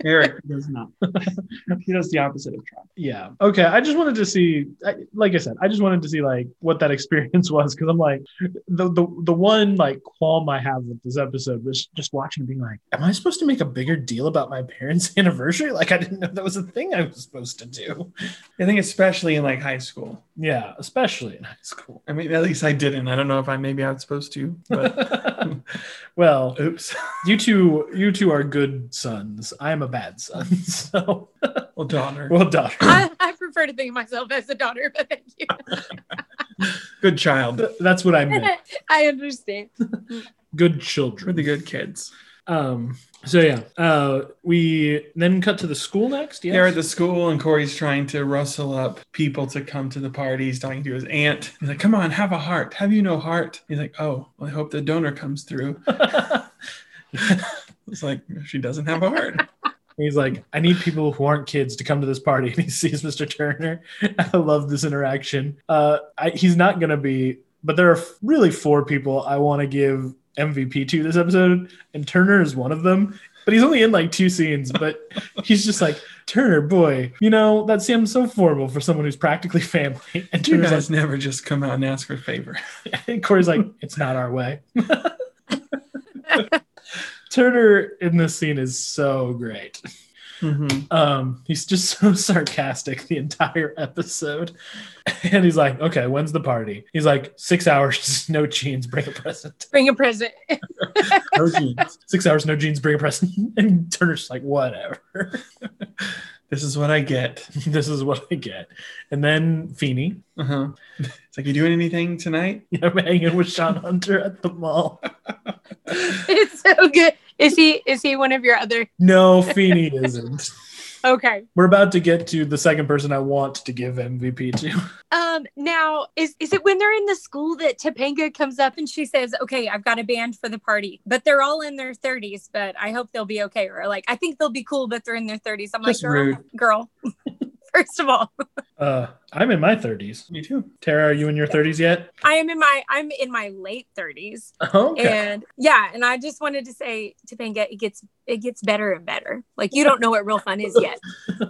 C: Eric does not. he does the opposite of try.
A: Yeah. Okay. I just wanted to see, I, like I said, I just wanted to see like what that experience was because I'm like, the, the the one like qualm I have with this episode was just watching and being like, am I supposed to make a bigger deal about my parents' anniversary? Like I didn't know that was a thing I was supposed to do.
C: I think especially in like high school.
A: Yeah, especially in high school.
C: I mean, at least I didn't. I don't know if I maybe I was supposed to, but
A: well,
C: oops.
A: you two, you two are good sons. I am a bad son. So
C: Well, daughter.
A: well done.
B: I, I prefer to think of myself as a daughter, but thank you.
C: Good child.
A: That's what I meant.
B: I understand.
A: Good children.
C: We're the good kids.
A: Um. So yeah. Uh. We then cut to the school next. Yes.
C: They're at the school, and Corey's trying to rustle up people to come to the party. He's talking to his aunt. He's like, "Come on, have a heart. Have you no heart?" He's like, "Oh, well, I hope the donor comes through." It's like she doesn't have a heart.
A: He's like, I need people who aren't kids to come to this party, and he sees Mr. Turner. I love this interaction. Uh. I, he's not gonna be, but there are really four people I want to give MVP to this episode, and Turner is one of them. But he's only in like two scenes, but he's just like Turner, boy. You know that seems so formal for someone who's practically family. And
C: You
A: Turner's like,
C: guys never just come out and ask for a favor.
A: And Corey's like, it's not our way. Turner in this scene is so great.
C: Mhm.
A: Um, he's just so sarcastic the entire episode. And he's like, okay, when's the party? He's like, six hours, no jeans, bring a present.
B: Bring a present.
A: No jeans. Six hours, no jeans, bring a present. And Turner's just like, whatever.
C: This is what I get.
A: this is what I get. And then Feeney,
C: Uh-huh. It's like, you doing anything tonight?
A: I'm hanging with Sean Hunter at the mall.
B: it's so good. Is he is he one of your other
A: No, Feeney isn't.
B: okay.
A: We're about to get to the second person I want to give MVP to.
B: Um now is is it when they're in the school that Topanga comes up and she says, Okay, I've got a band for the party. But they're all in their thirties, but I hope they'll be okay. Or like I think they'll be cool, but they're in their thirties. I'm
C: Just
B: like, girl,
C: rude.
B: girl. First of all,
A: Uh, I'm in my 30s.
C: Me too.
A: Tara, are you in your 30s yet?
B: I am in my I'm in my late thirties.
A: Okay.
B: And yeah, and I just wanted to say Topanga, it gets it gets better and better. Like you don't know what real fun is yet.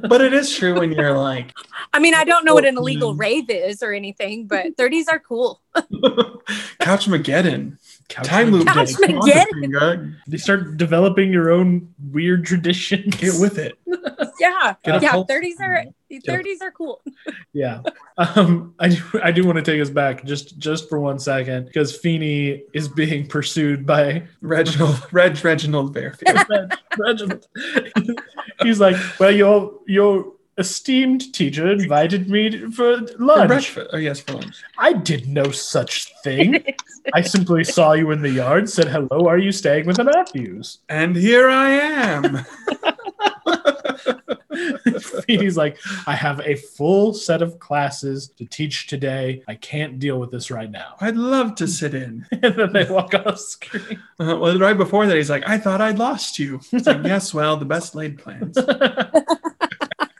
C: But it is true when you're like,
B: I mean, I don't know what an
C: Well,
B: illegal
C: mm.
B: rave is or anything, but 30s are cool.
C: Couch Mageddon.
A: Couch
C: Time loop day.
A: Couch
C: Come on,
B: Mageddon.
C: Topanga.
A: You start developing your own weird traditions.
C: Get with it.
B: Yeah.
C: Get a
B: yeah,
C: pulse.
B: 30s are 30s are cool.
A: Yeah. Um, I do, I do want to take us back just just for one second because Feeney is being pursued by
C: Reginald, Reg Reginald Fairfield.
A: Reg- Reginald. He's like, well, your your esteemed teacher invited me for
C: For
A: lunch.
C: breakfast. Oh, yes, for lunch.
A: I did no such thing. I simply saw you in the yard, said hello. Are you staying with the Matthews?
C: And here I am.
A: Feeney's like, I have a full set of classes to teach today. I can't deal with this right now.
C: I'd love to sit in.
A: And then they walk off screen.
C: Uh, well, right before that, he's like, I thought I'd lost you. It's like, yes, well, the best laid plans. Uh-huh.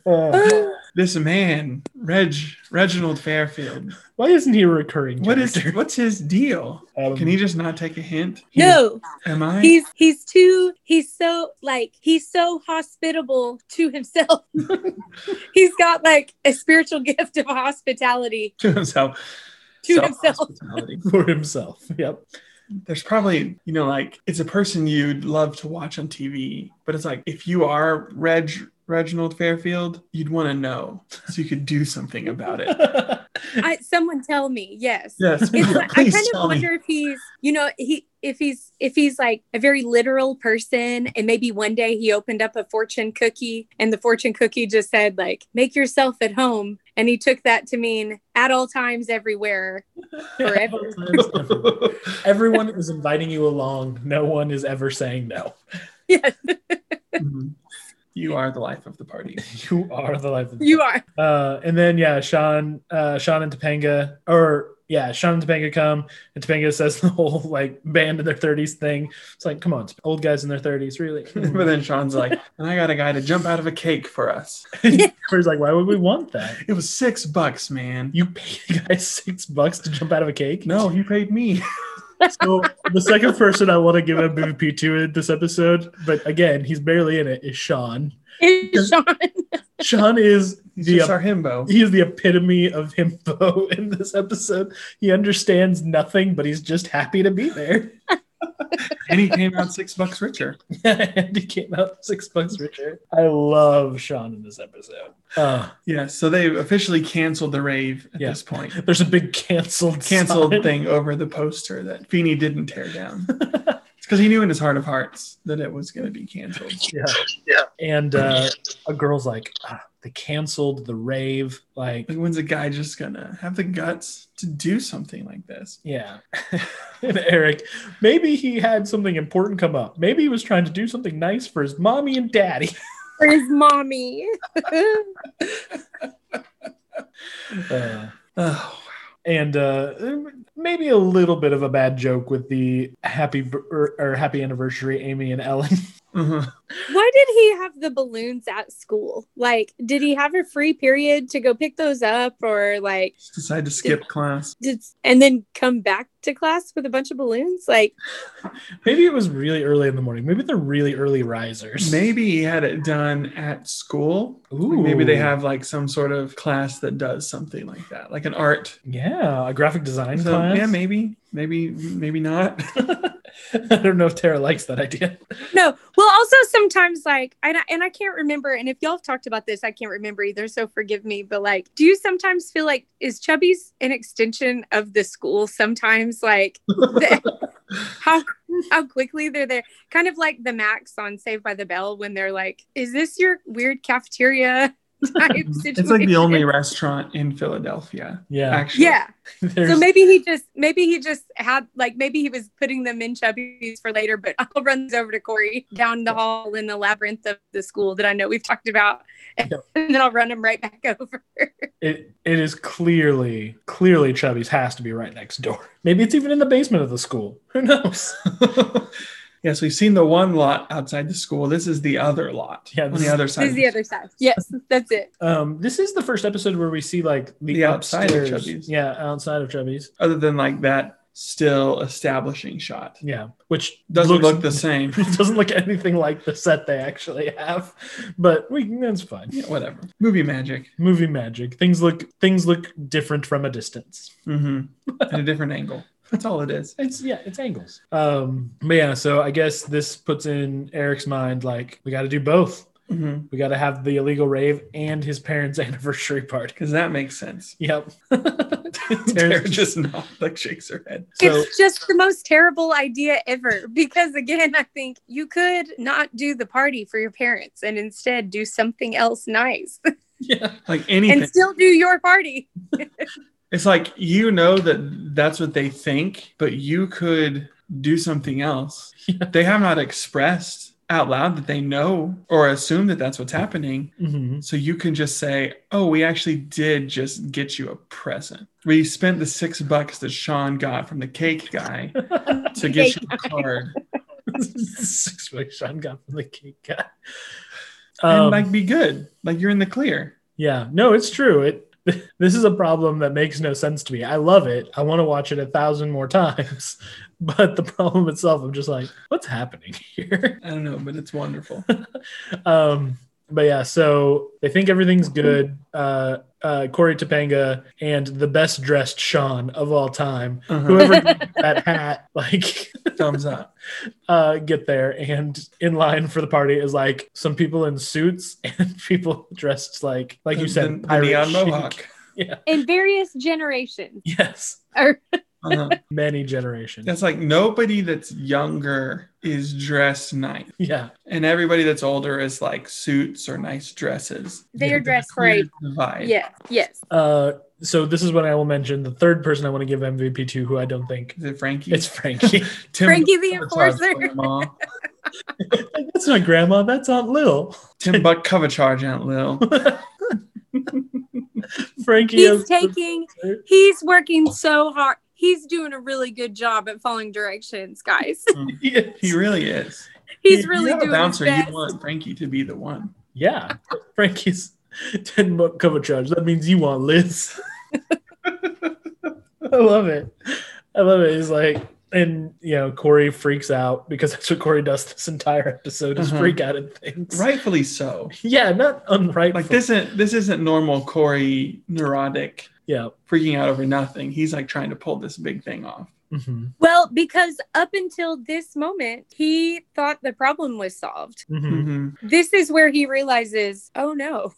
A: Uh,
C: This man, Reg Reginald Fairfield,
A: why isn't he a recurring?
C: what is
A: character?
C: what's his deal?
A: Um,
C: Can he just not take a hint?
B: No,
C: Am I?
B: he's he's too he's so like he's so hospitable to himself. he's got like a spiritual gift of hospitality
C: to himself.
B: to
C: Self-
B: himself.
C: hospitality.
A: for himself? Yep.
C: There's probably, you know, like it's a person you'd love to watch on TV, but it's like if you are Reg Reginald Fairfield, you'd want to know so you could do something about it.
B: I, someone tell me, yes.
C: Yes,
B: It's like, I
C: please
B: kind of
C: tell me.
B: wonder if he's, you know, he if he's if he's like a very literal person, and maybe one day he opened up a fortune cookie, and the fortune cookie just said like "Make yourself at home," and he took that to mean at all times, everywhere, forever.
A: Everyone is inviting you along. No one is ever saying no.
B: yes,
C: Mhm. You are the life of the party.
A: You are the life of the
B: you are.
A: Uh, and then yeah, Sean, uh, Sean and Topanga, or yeah, Sean and Topanga come, and Topanga says the whole like band in their thirties thing. It's like, come on, old guys in their thirties, really? Hmm.
C: but then Sean's like, and I got a guy to jump out of a cake for us.
A: Corey's like, why would we want that?
C: It was six bucks, man.
A: You pay the guy six bucks to jump out of a cake?
C: No, he paid me.
A: So the second person I want to give MVP to in this episode, but again, he's barely in it, is Sean.
B: It's Sean.
A: Sean is
C: He's
A: the
C: just our himbo.
A: he is the epitome of himbo in this episode. He understands nothing, but he's just happy to be there.
C: and he came out six bucks richer.
A: and he came out six bucks richer. I love Sean in this episode. Uh,
C: Yeah, so they officially canceled the rave at
A: Yeah.
C: this point.
A: there's a big canceled
C: Canceled
A: sign.
C: thing over the poster that Feeney didn't tear down. it's because he knew in his heart of hearts that it was going to be canceled.
A: Yeah, yeah. And uh, a girl's like, ah, they canceled the rave. Like,
C: Like, when's a guy just going to have the guts to do something like this?
A: yeah. and Eric, maybe he had something important come up. Maybe he was trying to do something nice for his mommy and daddy.
B: for his mommy.
A: Uh,
C: Oh,
A: and uh, maybe a little bit of a bad joke with the happy b- or, or happy anniversary, Amy and Ellen.
C: uh
B: Why did he have the balloons at school? Like, did he have a free period to go pick those up, or like?
C: just decided to skip class.
B: did and then come back to class with a bunch of balloons like
A: Maybe it was really early in the morning. Maybe they're really early risers.
C: Maybe he had it done at school. Like,
A: Ooh.
C: maybe they have like some sort of class that does something like that, like an art.
A: Yeah, a graphic design
C: So,
A: class.
C: yeah, maybe, maybe, maybe not.
A: I don't know if Tara likes that idea.
B: No. Well, also sometimes like I don't- and I can't remember. And if y'all have talked about this, I can't remember either. So forgive me. But like, do you sometimes feel like is Chubby's an extension of the school? Sometimes like the- how how quickly they're there, kind of like the Max on Saved by the Bell when they're like, "Is this your weird cafeteria type situation?"
C: It's like the only restaurant in Philadelphia,
A: Yeah.
C: actually.
B: Yeah. So
A: There's-
B: maybe he just maybe he just had like maybe he was putting them in chubbies for later, but I'll run this over to Corey down the hall in the labyrinth of the school that I know we've talked about. And,
A: Yep.
B: then I'll run them right back over.
A: it it is clearly clearly Chubby's has to be right next door. Maybe it's even in the basement of the school. Who knows?
C: yes, we've seen the one lot outside the school. This is the other lot.
A: Yeah,
C: on
A: this
C: the
A: is-
C: other
B: This
C: side.
B: is the other side. Yes, that's it.
A: Um, this is the first episode where we see like the,
C: The outside of
A: upstairs.
C: Chubby's.
A: Yeah, outside of Chubby's.
C: Other than like that still establishing shot.
A: Yeah, which
C: Doesn't
A: looks-
C: look the same.
A: doesn't look anything like the set they actually have, but we that's fine.
C: Yeah, whatever. Movie magic.
A: Movie magic. Things look things look different from a distance.
C: hmm At a different angle. That's all it is.
A: It's yeah, it's angles. Um, but yeah, so I guess this puts in Eric's mind like we got to do both.
C: hmm
A: We got to have the illegal rave and his parents' anniversary party.
C: Because that makes sense.
A: Yep.
C: Tara just not like shakes her head.
A: so
B: it's just the most terrible idea ever. Because again, I think you could not do the party for your parents and instead do something else nice
A: yeah,
C: Like anything.
B: and still do your party.
C: It's like you know that that's what they think, but you could do something else. They have not expressed out loud that they know or assume that that's what's happening.
A: Mhm.
C: So you can just say, "Oh, we actually did just get you a present. We spent the six bucks that Sean got from the cake guy to get you a card
A: six weeks Sean got from the cake guy.
C: and
A: Um,
C: like be good. Like you're in the clear."
A: yeah, no, it's true. It this is a problem that makes no sense to me. I love it. I want to watch it a thousand more times, but the problem itself, I'm just like, what's happening here?
C: I don't know, but it's wonderful.
A: um but yeah so they think everything's good uh uh corey topanga and the best dressed sean of all time
C: Uh-huh.
A: whoever gave that hat like
C: Thumbs up.
A: uh get there and in line for the party is like some people in suits and people dressed like like you
C: The-
A: said
C: the
A: pirate
C: neon
A: chic.
C: mohawk.
B: In various generations.
A: yes
B: Or
C: Uh-huh.
A: many generations
C: That's like nobody that's younger is dressed nice.
A: yeah
C: And everybody that's older is like suits or nice dresses.
B: they are dressed for a
C: Clear divide.
B: yeah, yes.
A: uh so this is when i will mention the third person i want to give mvp to who i don't think
C: Is it Frankie?
A: it's frankie
C: Tim
B: Frankie the
C: Klobuchar's
B: Enforcer.
C: grandma.
A: Like, that's not grandma that's aunt lil
C: Tim Buck cover charge, Aunt Lil.
A: Frankie
B: He's
A: has-
B: taking, he's working so hard. He's doing a really good job at following directions, guys.
A: Yes.
C: He really is.
B: He's
C: You-
B: really
C: you have
B: doing
C: a bouncer.
B: his best.
C: You want Frankie to be the one.
A: yeah. Frankie's 10 buck cover charge. That means you want Liz. I love it. I love it. He's like, and you know, Corey freaks out because that's what Corey does this entire episode is
C: Uh-huh.
A: freak out at things.
C: Rightfully so.
A: Yeah, not unrightful.
C: Like this isn't this isn't normal Corey neurotic
A: Yeah.
C: freaking out over nothing. He's like trying to pull this big thing off.
A: hmm
B: Well, because up until this moment, he thought the problem was solved.
A: hmm
C: Mhm.
B: This is where he realizes, oh no,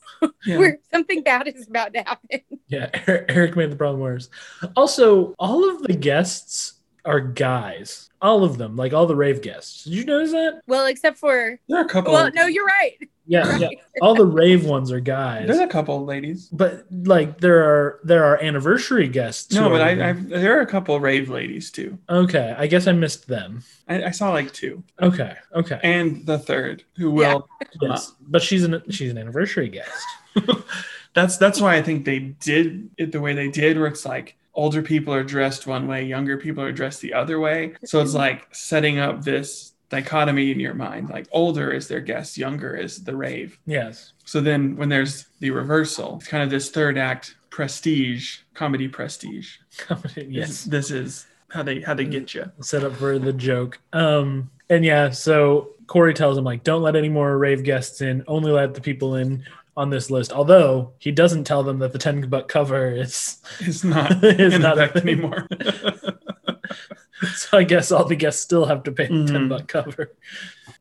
C: Yeah.
B: we're, something bad is about to happen.
A: Yeah. Er- Eric made the problem worse. Also, all of the guests are guys. All of them, like all the rave guests. Did you notice that?
B: Well, except for,
C: There are a couple.
B: well, no, you're right.
A: Yeah. yeah. All the rave ones are guys.
C: There's a couple of ladies.
A: but like there are there are anniversary guests.
C: No,
A: who
C: but
A: are-
C: I, I've, there are a couple rave ladies too.
A: okay. I guess I missed them.
C: I, I saw like two,
A: Okay, okay,
C: and the third who will.
A: yes, but she's an she's an anniversary guest.
C: That's that's why I think they did it the way they did, where it's like older people are dressed one way, younger people are dressed the other way. So it's like setting up this dichotomy in your mind, like older is their guest, younger is the rave.
A: Yes,
C: So then when there's the reversal, it's kind of this third act prestige comedy prestige.
A: yes.
C: this is how they how they get you.
A: Set up for the joke. Um, and yeah, so Corey tells him like, don't let any more rave guests in. Only let the people in on this list. Although he doesn't tell them that the ten buck cover is
C: It's not
A: It's
C: in
A: not a
C: effect
A: thing.
C: anymore.
A: so I guess all the guests still have to pay the
C: Mhm.
A: ten buck cover.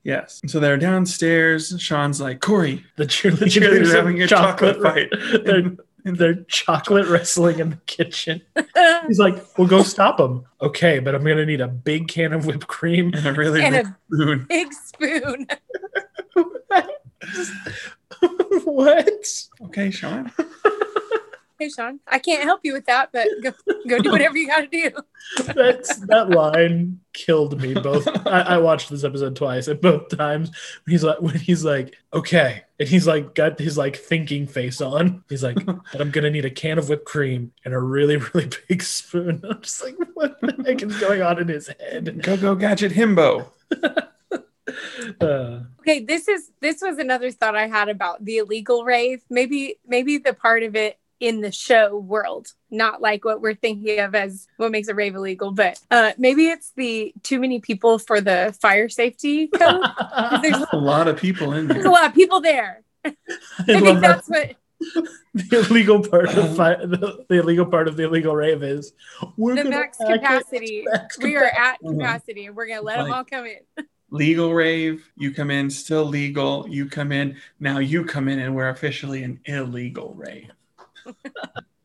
C: Yes. So they're downstairs. Sean's like, Corey,
A: The
C: the
A: cheerleaders,
C: cheerleaders
A: are
C: having a chocolate, fight.
A: They're,
C: And- and
A: they're chocolate wrestling in the kitchen. He's like, "Well, go stop them." Okay, but I'm gonna need a big can of whipped cream.
C: and a really
B: and
C: big
B: a
C: spoon.
B: big spoon.
A: what?
C: Okay, Sean.
B: Hey, Sean, I can't help you with that, but go, go do whatever you got to do.
A: That's that line killed me both. I, I watched this episode twice, and both times he's like, when he's like, okay, and he's like got his like thinking face on. He's like, and I'm gonna need a can of whipped cream and a really really big spoon. I'm just like, what the heck is going on in his head?
C: Go go gadget himbo.
A: Uh,
B: Okay, this is this was another thought I had about the illegal rave. Maybe maybe the part of it in the show world, not like what we're thinking of as what makes a rave illegal, but uh, maybe it's the too many people for the fire safety code. There's
A: I
C: A lot of people in
B: there's a
C: there.
B: lot of people there. I
A: love
B: think
A: that
B: that's what
A: the illegal part of fi- the, the illegal part of the illegal rave is we're
B: the
A: gonna
B: max
A: hack it.
B: capacity.
A: max
B: We are at
C: Mhm.
B: capacity, and we're gonna let them
C: Like-
B: all come in.
C: Legal rave. You come in, still legal. You come in. Now you come in, and we're officially an illegal rave.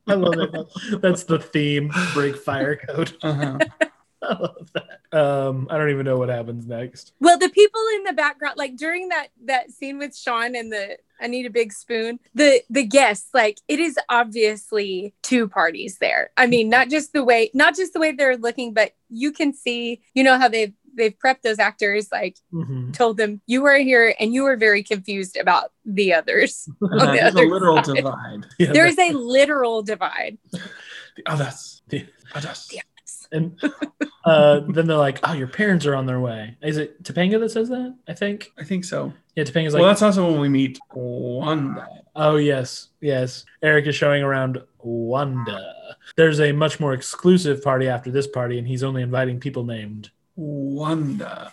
A: I love it. That's the theme. Break fire code.
C: Uh-huh.
A: I love that. Um, I don't even know what happens next.
B: Well, the people in the background, like during that that scene with Sean and the I need a big spoon, the the guests, like it is obviously two parties there. I mean, not just the way, not just the way they're looking, but you can see, you know how they've they've prepped those actors, like
A: Mhm.
B: told them you are here and you were very confused about the others.
C: Uh, there's a
B: other
C: literal
B: side.
C: divide.
A: Yeah,
B: There is a literal divide.
C: The others. The others.
B: Yeah.
A: and uh, then they're like, "Oh, your parents are on their way." Is it Topanga that says that? I think.
C: I think so.
A: Yeah, Topanga's
C: well,
A: like,
C: that's also when we meet Wanda.
A: "Oh yes, yes." Eric is showing around Wanda. There's a much more exclusive party after this party, and he's only inviting people named.
C: Wanda.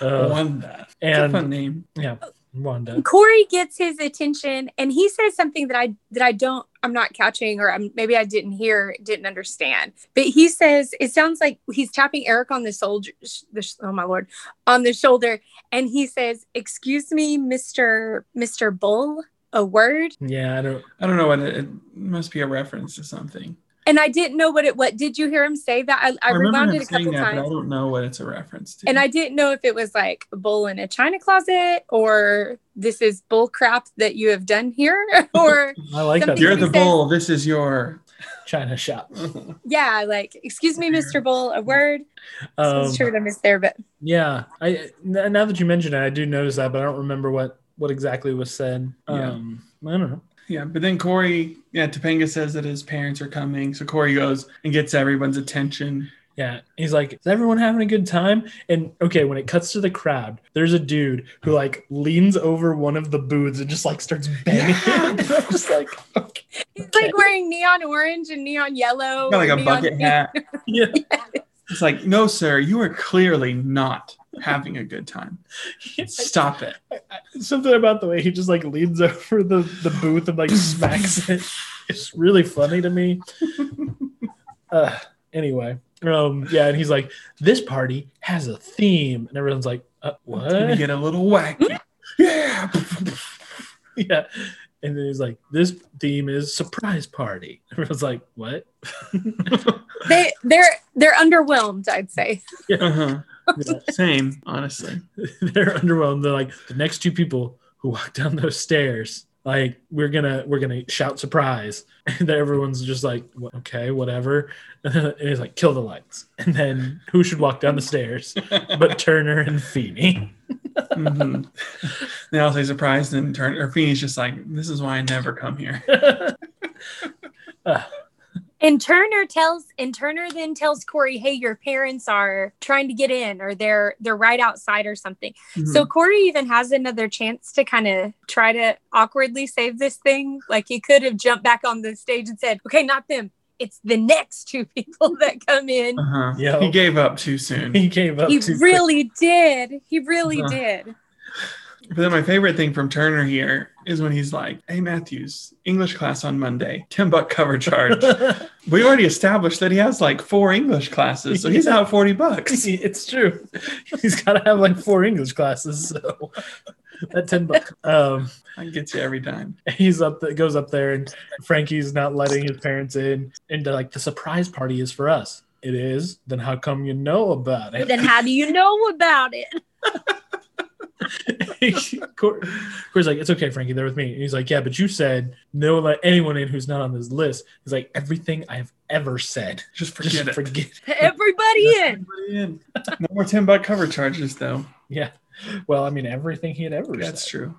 A: Uh,
C: Wanda. It's a
A: and
C: fun name.
A: Yeah, Wanda.
B: Corey gets his attention and he says something that I that I don't I'm not catching or I'm, maybe I didn't hear didn't understand. But he says it sounds like he's tapping Eric on the soldier the, sh- oh my lord on the shoulder and he says excuse me Mr. Mr. Bull a word
A: Yeah, I don't.
C: I don't know what it, it must be a reference to something.
B: and I didn't know what it what did you hear him say that I, I,
C: remember
B: rewound
C: him
B: it a couple
C: saying that, but I
B: times
C: don't know what it's a reference to.
B: and I didn't know if it was like a bull in a china closet or this is bull crap that you have done here or
A: I like that.
B: Something-
C: You're
B: He
C: the
B: says-
C: bull. This is your.
A: China shop.
B: Yeah, like, excuse me, Mr. Bull, a word. So
A: Um,
B: it's true that I missed there, but
A: yeah, I n- now that you mention it, I do notice that, but I don't remember what what exactly was said.
C: Yeah.
A: Um, I don't know.
C: yeah, but then Corey, yeah, Topanga says that his parents are coming. So Corey goes and gets everyone's attention.
A: Yeah, he's like, is everyone having a good time? And okay, when it cuts to the crowd, there's a dude who like leans over one of the booths and just like starts banging.
C: Yeah.
A: and I'm just like, okay.
B: he's like wearing neon orange and neon yellow.
C: Got like a
B: and neon
C: bucket
B: pink.
C: hat.
A: yeah,
C: It's like, no, sir, you are clearly not having a good time. Stop it.
A: something about the way he just like leans over the, the booth and like smacks it. It's really funny to me. Uh, anyway, um, yeah, and he's like, this party has a theme, and everyone's like, uh, what?
C: It's gonna get a little wacky. yeah.
A: yeah, and then he's like, this theme is surprise party. Everyone's like, what?
B: They they're they're underwhelmed, I'd say.
C: Uh-huh.
A: Yeah.
C: Same, honestly.
A: They're underwhelmed. They're like, the next two people who walk down those stairs. Like we're gonna we're gonna shout surprise, and then everyone's just like "Wha- okay whatever, and he's like kill the lights, and then who should walk down the stairs but Turner and Feeney?
C: Mhm. They all say surprised and turn or Feeney's just like, this is why I never come here.
B: And Turner tells and Turner then tells Corey, hey, your parents are trying to get in or they're they're right outside or something.
C: Mm-hmm.
B: So Corey even has another chance to kind of try to awkwardly save this thing. Like he could have jumped back on the stage and said, Okay, not them. It's the next two people that come in.
C: uh-huh.
A: Yo.
C: he gave up too soon.
A: he gave up.
B: he
A: too quick.
B: really did. He really
C: Uh-huh.
B: did.
C: But then my favorite thing from Turner here is when he's like, Hey, Matthews, English class on Monday, 10 buck cover charge. we already established that he has like four English classes, so he's out 40 bucks.
A: it's true. He's got to have like four English classes, so that ten bucks. Um,
C: I get you every time.
A: he's up, th- goes up there, and Frankie's not letting his parents in, and they're like, "The surprise party is for us." It is. Then how come you know about it?
B: Then how do you know about it?
A: Cor- Corey's like, it's okay, Frankie, they're with me. And he's like, yeah, but you said no, let anyone in who's not on this list. He's like, everything I have ever said.
C: Just
A: Just
C: forget it.
A: forget.
B: Everybody in.
C: Everybody in. No more 10 buck cover charges, though.
A: Yeah. Well, I mean, everything he had ever
C: That's
A: said.
C: true.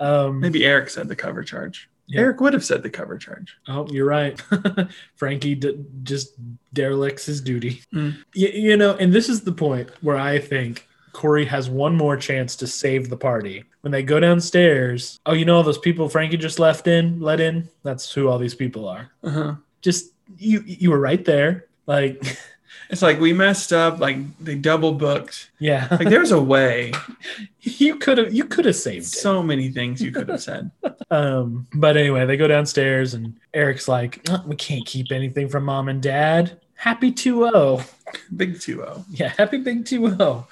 A: Um,
C: Maybe Eric said the cover charge.
A: Yeah.
C: Eric would have said the cover charge.
A: Oh, you're right. Frankie d- just derelicts his duty.
C: Mm.
A: Y- you know, and this is the point where I think Corey has one more chance to save the party. When they go downstairs, oh, you know, all those people Frankie just left in, let in? That's who all these people are.
C: Uh-huh.
A: Just, you, you were right there. Like,
C: It's like we messed up. Like they double booked.
A: yeah,
C: Like there's a way.
A: you could have, you could have saved it.
C: so many things you could have said.
A: Um, but anyway, they go downstairs and Eric's like, "Uh, we can't keep anything from mom and dad. Happy oh." 2 0.
C: Big oh. 2 0.
A: Yeah, happy big 2 0.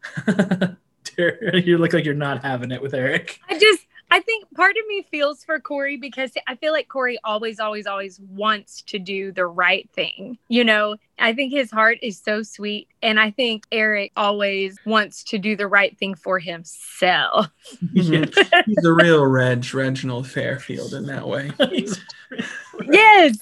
A: You look like you're not having it with Eric.
B: I just I think part of me feels for Corey because I feel like Corey always, always, always wants to do the right thing. You know, I think his heart is so sweet. And I think Eric always wants to do the right thing for himself.
C: He's a real Reg, Reginald Fairfield in that way.
A: He's-
B: Yes.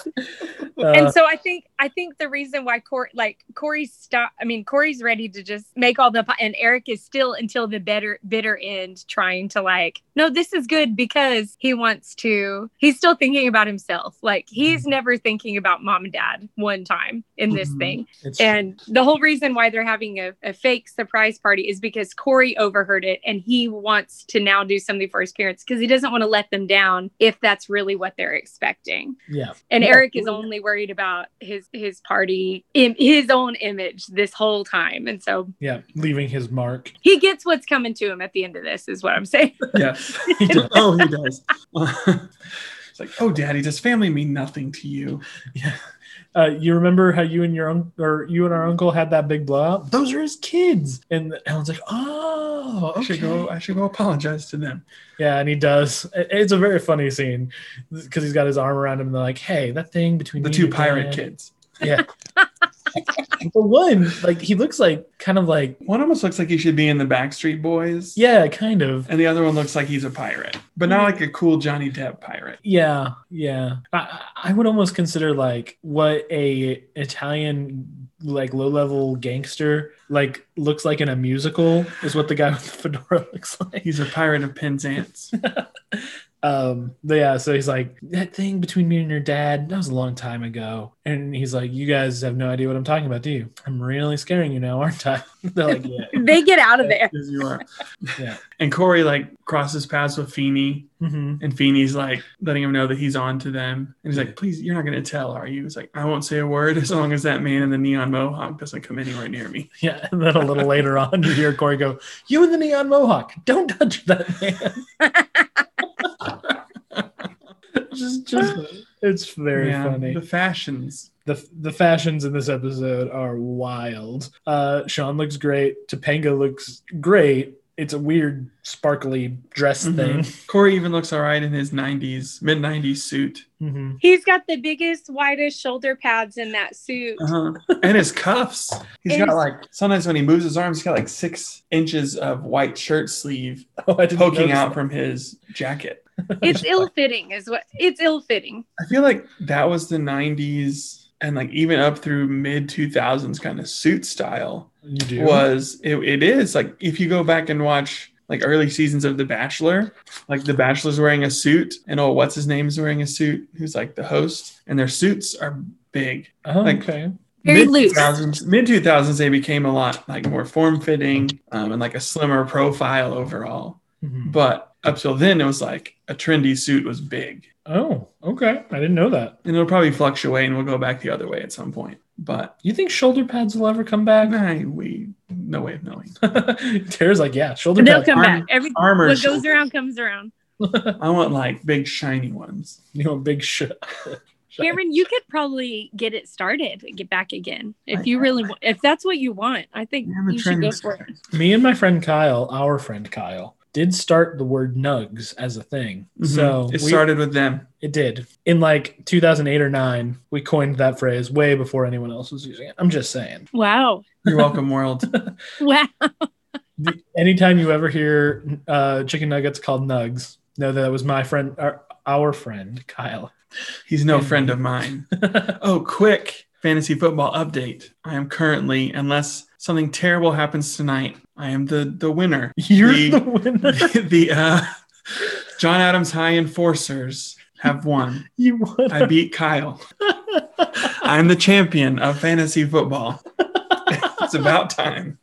A: uh,
B: and so I think I think the reason why Corey like Corey's stop I mean Corey's ready to just make all the po- and Eric is still until the better bitter end trying to like no this is good because he wants to he's still thinking about himself like he's never thinking about mom and dad one time in this
C: Mhm.
B: thing
A: it's-
B: and the whole reason why they're having a, a fake surprise party is because Corey overheard it and he wants to now do something for his parents because he doesn't want to let them down if that's really what they're expecting
A: yeah,
B: and
A: Yeah,
B: Eric is
A: yeah.
B: only worried about his his party in his own image this whole time and so
A: yeah, leaving his mark.
B: he gets what's coming to him at the end of this is what I'm saying
C: Yes. He does. Oh, he does. it's like, oh, daddy, does family mean nothing to you?
A: Uh, you remember how you and your un- or you and our uncle had that big blowout? Those are his kids. And Alan's like, oh,
C: I should go.
A: okay.
C: I should go apologize to them.
A: Yeah, and he does. It- It's a very funny scene because he's got his arm around him. And they're like, hey, that thing between
C: The
A: me
C: two
A: and your
C: pirate
A: dad."
C: kids.
A: Yeah. but one, like, he looks like kind of like,
C: One almost looks like he should be in the Backstreet Boys.
A: yeah, kind of.
C: And the other one looks like he's a pirate, but not like a cool Johnny Depp pirate.
A: Yeah, yeah. I, I I would almost consider like what a Italian like low level gangster like looks like in a musical is what the guy with the fedora looks like.
C: He's a pirate of Penzance.
A: Um, but yeah. So he's like that thing between me and your dad. That was a long time ago. And he's like, you guys have no idea what I'm talking about, do you? I'm really scaring you now, aren't I? They're like, yeah.
B: they get out of there
C: As you are.
A: Yeah.
C: And Corey like crosses paths with Feeney,
A: hmm
C: and Feeney's like letting him know that he's on to them. And he's
A: Yeah.
C: like, please, you're not going to tell, are you? He's like, I won't say a word as long as that man in the neon mohawk doesn't come anywhere near me.
A: Yeah. And then a little later on, you hear Corey go, "You and the neon mohawk, don't touch that man." just, just, it's very
C: Yeah,
A: funny.
C: The fashions.
A: the The fashions in this episode are wild. Uh, Sean looks great. Topanga looks great. It's a weird, sparkly dress
C: Mhm.
A: thing.
C: Corey even looks all right in his 90s, mid 90s suit.
A: hmm
B: he's got the biggest widest shoulder pads in that suit
C: Uh-huh. and his cuffs. He's
B: And
C: got
B: his-
C: like, sometimes when he moves his arms, he's got like six inches of white shirt sleeve
A: Oh, I didn't
C: poking
A: notice
C: out
A: that.
C: from his jacket.
B: it's ill fitting is what it's ill fitting
C: I feel like that was the 90s and like even up through mid 2000s kind of suit style
A: You do.
C: was it, it is like if you go back and watch like early seasons of The Bachelor, like The Bachelor's wearing a suit and oh, what's his name's wearing a suit, who's like the host, and their suits are big.
A: Oh,
C: like-
A: okay.
B: Very loose.
C: Mid two thousands, they became a lot like more form fitting um, and like a slimmer profile overall.
A: Mhm.
C: But up till then, it was like a trendy suit was big,
A: Oh, okay. I didn't know that.
C: and it'll probably fluctuate, and we'll go back the other way at some point. But
A: You think shoulder pads will ever come back?
C: I, we no way of knowing.
A: Tara's like, yeah, shoulder
B: they'll
A: pads.
B: come
C: arm-
B: back every
C: Armor
B: what goes
C: shoulder.
B: around comes around
C: I want like big shiny ones.
A: You know, big shit.
B: Cameron, you could probably get it started, and get back again if
C: I-
B: you really, wa- if that's what you want. I think
C: I'm a
B: you should go
C: trendsetter.
B: for it.
A: Me and my friend Kyle, our friend Kyle, did start the word nugs as a thing. So
C: Mm-hmm. it
A: we-
C: started with them.
A: It did. In like 2008 or 9, we coined that phrase way before anyone else was using it. I'm just saying.
B: Wow,
C: You're welcome, world.
B: wow.
A: The- anytime you ever hear uh, chicken nuggets called nugs, know that it was my friend, our, our friend, Kyle.
C: He's no friend of mine. Oh, quick fantasy football update. I am currently, unless something terrible happens tonight, I am the the winner.
A: You're
C: The-
A: the winner.
C: the uh, John Adams High Enforcers have won.
A: You won.
C: I beat Kyle. I'm the champion of fantasy football. it's about time.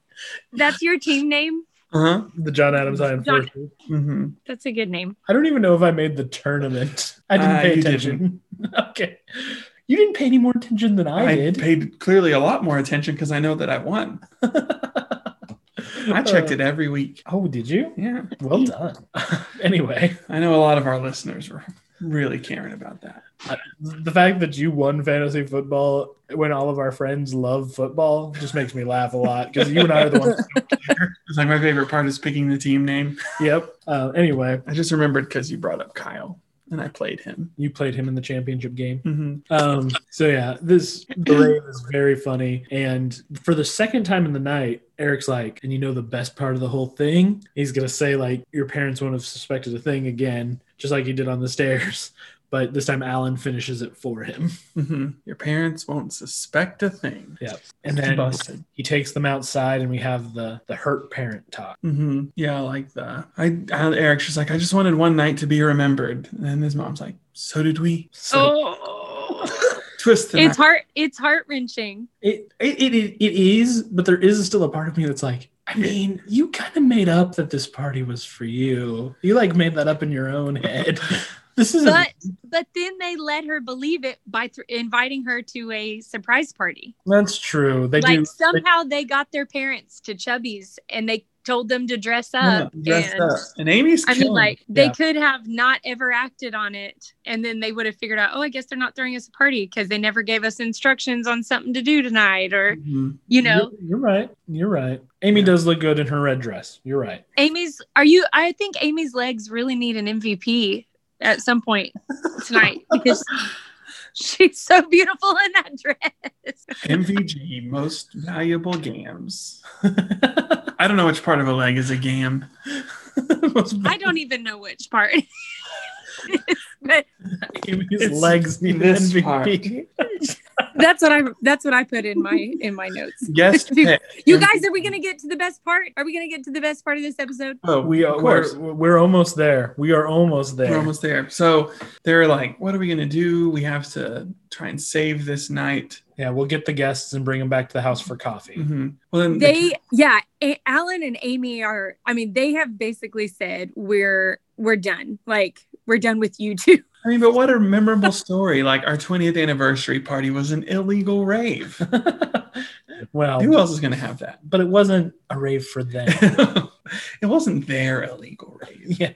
B: That's your team name.
C: Uh huh.
A: the John Adams I enforced. it.
C: hmm
B: That's a good name.
A: I don't even know if I made the tournament. I didn't
C: Uh,
A: pay
C: you
A: attention. okay. You didn't pay any more attention than I,
C: I,
A: did.
C: paid clearly a lot more attention because I know that I won. I checked it every week.
A: Uh, oh, did you?
C: Yeah.
A: Well done. anyway,
C: I know a lot of our listeners were really caring about that.
A: the fact that you won fantasy football when all of our friends love football just makes me laugh a lot because you and I are the ones.
C: It's like my favorite part is picking the team name.
A: yep. Uh, anyway,
C: I just remembered because you brought up Kyle and I played him.
A: you played him in the championship game.
C: hmm
A: Um, so yeah, this parade is very funny. And for the second time in the night, Eric's like, and you know the best part of the whole thing? He's gonna say like your parents wouldn't have suspected a thing again, just like he did on the stairs. But this time Alan finishes it for him.
C: hmm Your parents won't suspect a thing.
A: Yep. And then
C: busted.
A: he takes them outside and we have the the hurt parent talk.
C: hmm Yeah, I like that. I, I Eric's just like, I just wanted one night to be remembered. And his mom's like, so did we.
A: So
B: oh,
C: Twist the
B: it's
C: knife.
B: heart. It's heart wrenching.
A: it, it, it it is, but there is still a part of me that's like, I mean, you kind of made up that this party was for you. You like made that up in your own head. This isn't
B: But but then they let her believe it by th- inviting her to a surprise party.
A: That's true. They
B: like
A: do.
B: somehow they got their parents to Chubby's and they told them to dress
C: Yeah,
B: up.
C: dressed
B: and
C: up. And Amy's
B: I mean,
C: killing
B: like
A: Yeah.
B: they could have not ever acted on it, and then they would have figured out, oh, I guess they're not throwing us a party because they never gave us instructions on something to do tonight, or
C: it. Mhm.
B: you know,
A: You're, you're right. You're right. Amy
C: Yeah.
A: does look good in her red dress. You're right.
B: Amy's. Are you? I think Amy's legs really need an MVP at some point tonight because she's so beautiful in that dress.
C: MVG, most valuable gams. I don't know which part of a leg is a gam.
B: I don't even know which part. but
A: Amy's
C: It's
A: legs need
C: this
A: MVP.
B: that's what I that's what I put in my in my notes.
C: Guest pick.
B: You guys, are we gonna get to the best part? Are we gonna get to the best part of this episode?
C: Oh,
A: We
C: of
A: are.
C: course.
A: We're, we're almost there. We are almost there.
C: We're almost there. So they're like, what are we going to do? We have to try and save this night.
A: Yeah, we'll get the guests and bring them back to the house for coffee.
C: hmm Well, then
B: they yeah A- alan and amy are i mean they have basically said we're we're done like we're done with you two
C: I mean, but what a memorable story. Like our 20th anniversary party was an illegal rave. Who
A: well,
C: else is going to have that?
A: but it wasn't a rave for them.
C: it wasn't their illegal rave.
A: yeah.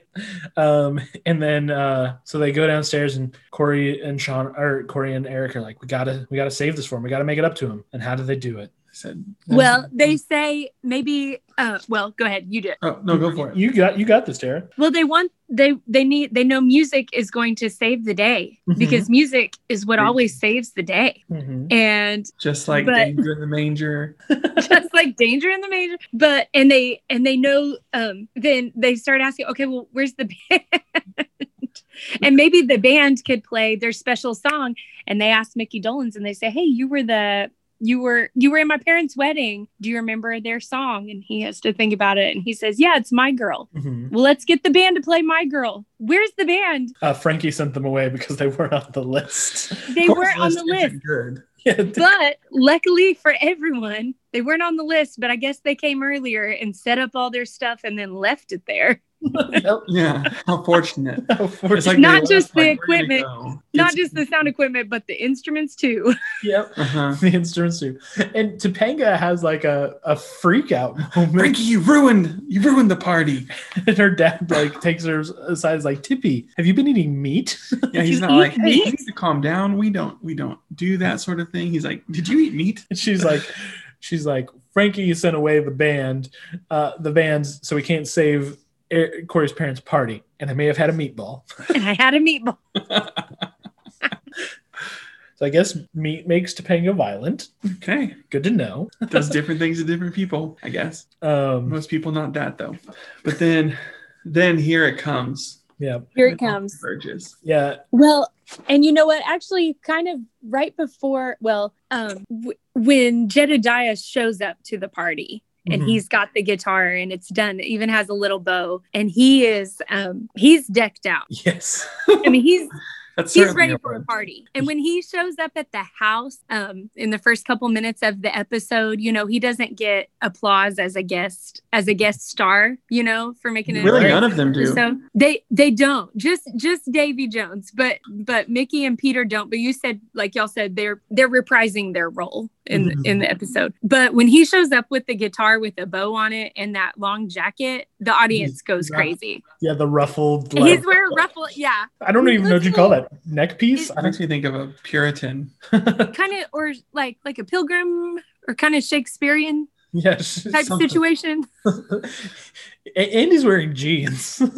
A: Um, and then uh, so they go downstairs and Corey and Sean or Corey and Eric are like, we gotta we gotta save this for him. We gotta make it up to him. And how do they do it?
C: I said,
B: well they say maybe uh well go ahead you do it.
C: oh, no, go for it.
A: You got you got this, Tara.
B: well they want they they need they know music is going to save the day
A: Mhm.
B: because music is what
C: Right.
B: always saves the day
A: Mm-hmm.
B: and
C: Just like
B: But-
C: Danger in the Manger.
B: just like danger in the major but and they and they know um then they start asking okay well where's the band and maybe the band could play their special song and they ask mickey dolans and they say hey you were the you were you were in my parents wedding do you remember their song and he has to think about it and he says yeah it's my girl
A: Mhm.
B: well let's get the band to play my girl where's the band
A: Uh, Frankie sent them away because they weren't on the list.
B: they
C: Of course,
B: were on the
C: isn't
B: list
C: Good.
A: Yeah,
B: but luckily for everyone They weren't on the list, but I guess they came earlier and set up all their stuff and then left it there.
C: Yeah, how fortunate.
A: it's
B: like- Not
C: they
B: just
C: left,
B: the
C: like, where did it
B: equipment.
C: go?
B: Not
A: It's-
B: just the sound equipment, but the instruments too.
A: yep.
C: Uh-huh.
A: The instruments too. And Topanga has like a, a freak out moment.
C: Frankie, you ruined you ruined the party.
A: and her dad like takes her aside is like, Tippy, have you been eating meat?
C: Yeah, he's
B: You
C: not
B: eat
C: like hey, you
B: meat?
C: need to calm down. We don't we don't do that sort of thing. He's like, did you eat meat?
A: And she's like, she's like, Frankie you sent away the band, uh, the bands, so we can't save Er- Corey's parents' party. And I may have had a meatball.
B: and I had a meatball.
A: So I guess meat makes Topanga violent.
C: Okay,
A: Good to know.
C: does different things to different people, I guess.
A: Um,
C: Most people not that though. But then, then here it comes.
A: yeah,
B: Here it comes.
C: Burgess.
A: yeah.
B: Well, and you know what? Actually, kind of right before, well, um, w- when Jedediah shows up to the party and
C: Mm-hmm.
A: Mhm.
B: he's got the guitar and it's done, it even has a little bow, and he is, um, he's decked out.
A: Yes.
B: I mean, he's
C: That's
B: he's
C: certainly
B: ready for a
C: word.
B: party. And when he shows up at the house, um, in the first couple minutes of the episode, you know, he doesn't get applause as a guest, as a guest star, you know, for making it.
C: Really,
A: Right.
C: none of them do.
B: So they they don't just just Davy Jones, but but Mickey and Peter don't. But you said like y'all said they're they're reprising their role in
C: Mm-hmm.
A: Mhm.
B: in the episode. But when he shows up with the guitar with a bow on it and that long jacket, the audience goes
A: Yeah.
B: crazy.
A: Yeah, the ruffled.
B: And
A: Like,
B: he's wearing ruffle, yeah,
A: I don't even know what you call that neck piece.
C: That makes me think of a Puritan.
B: kind of or like like a pilgrim or kind of Shakespearean
A: Yes.
B: type situation.
A: and he's wearing jeans.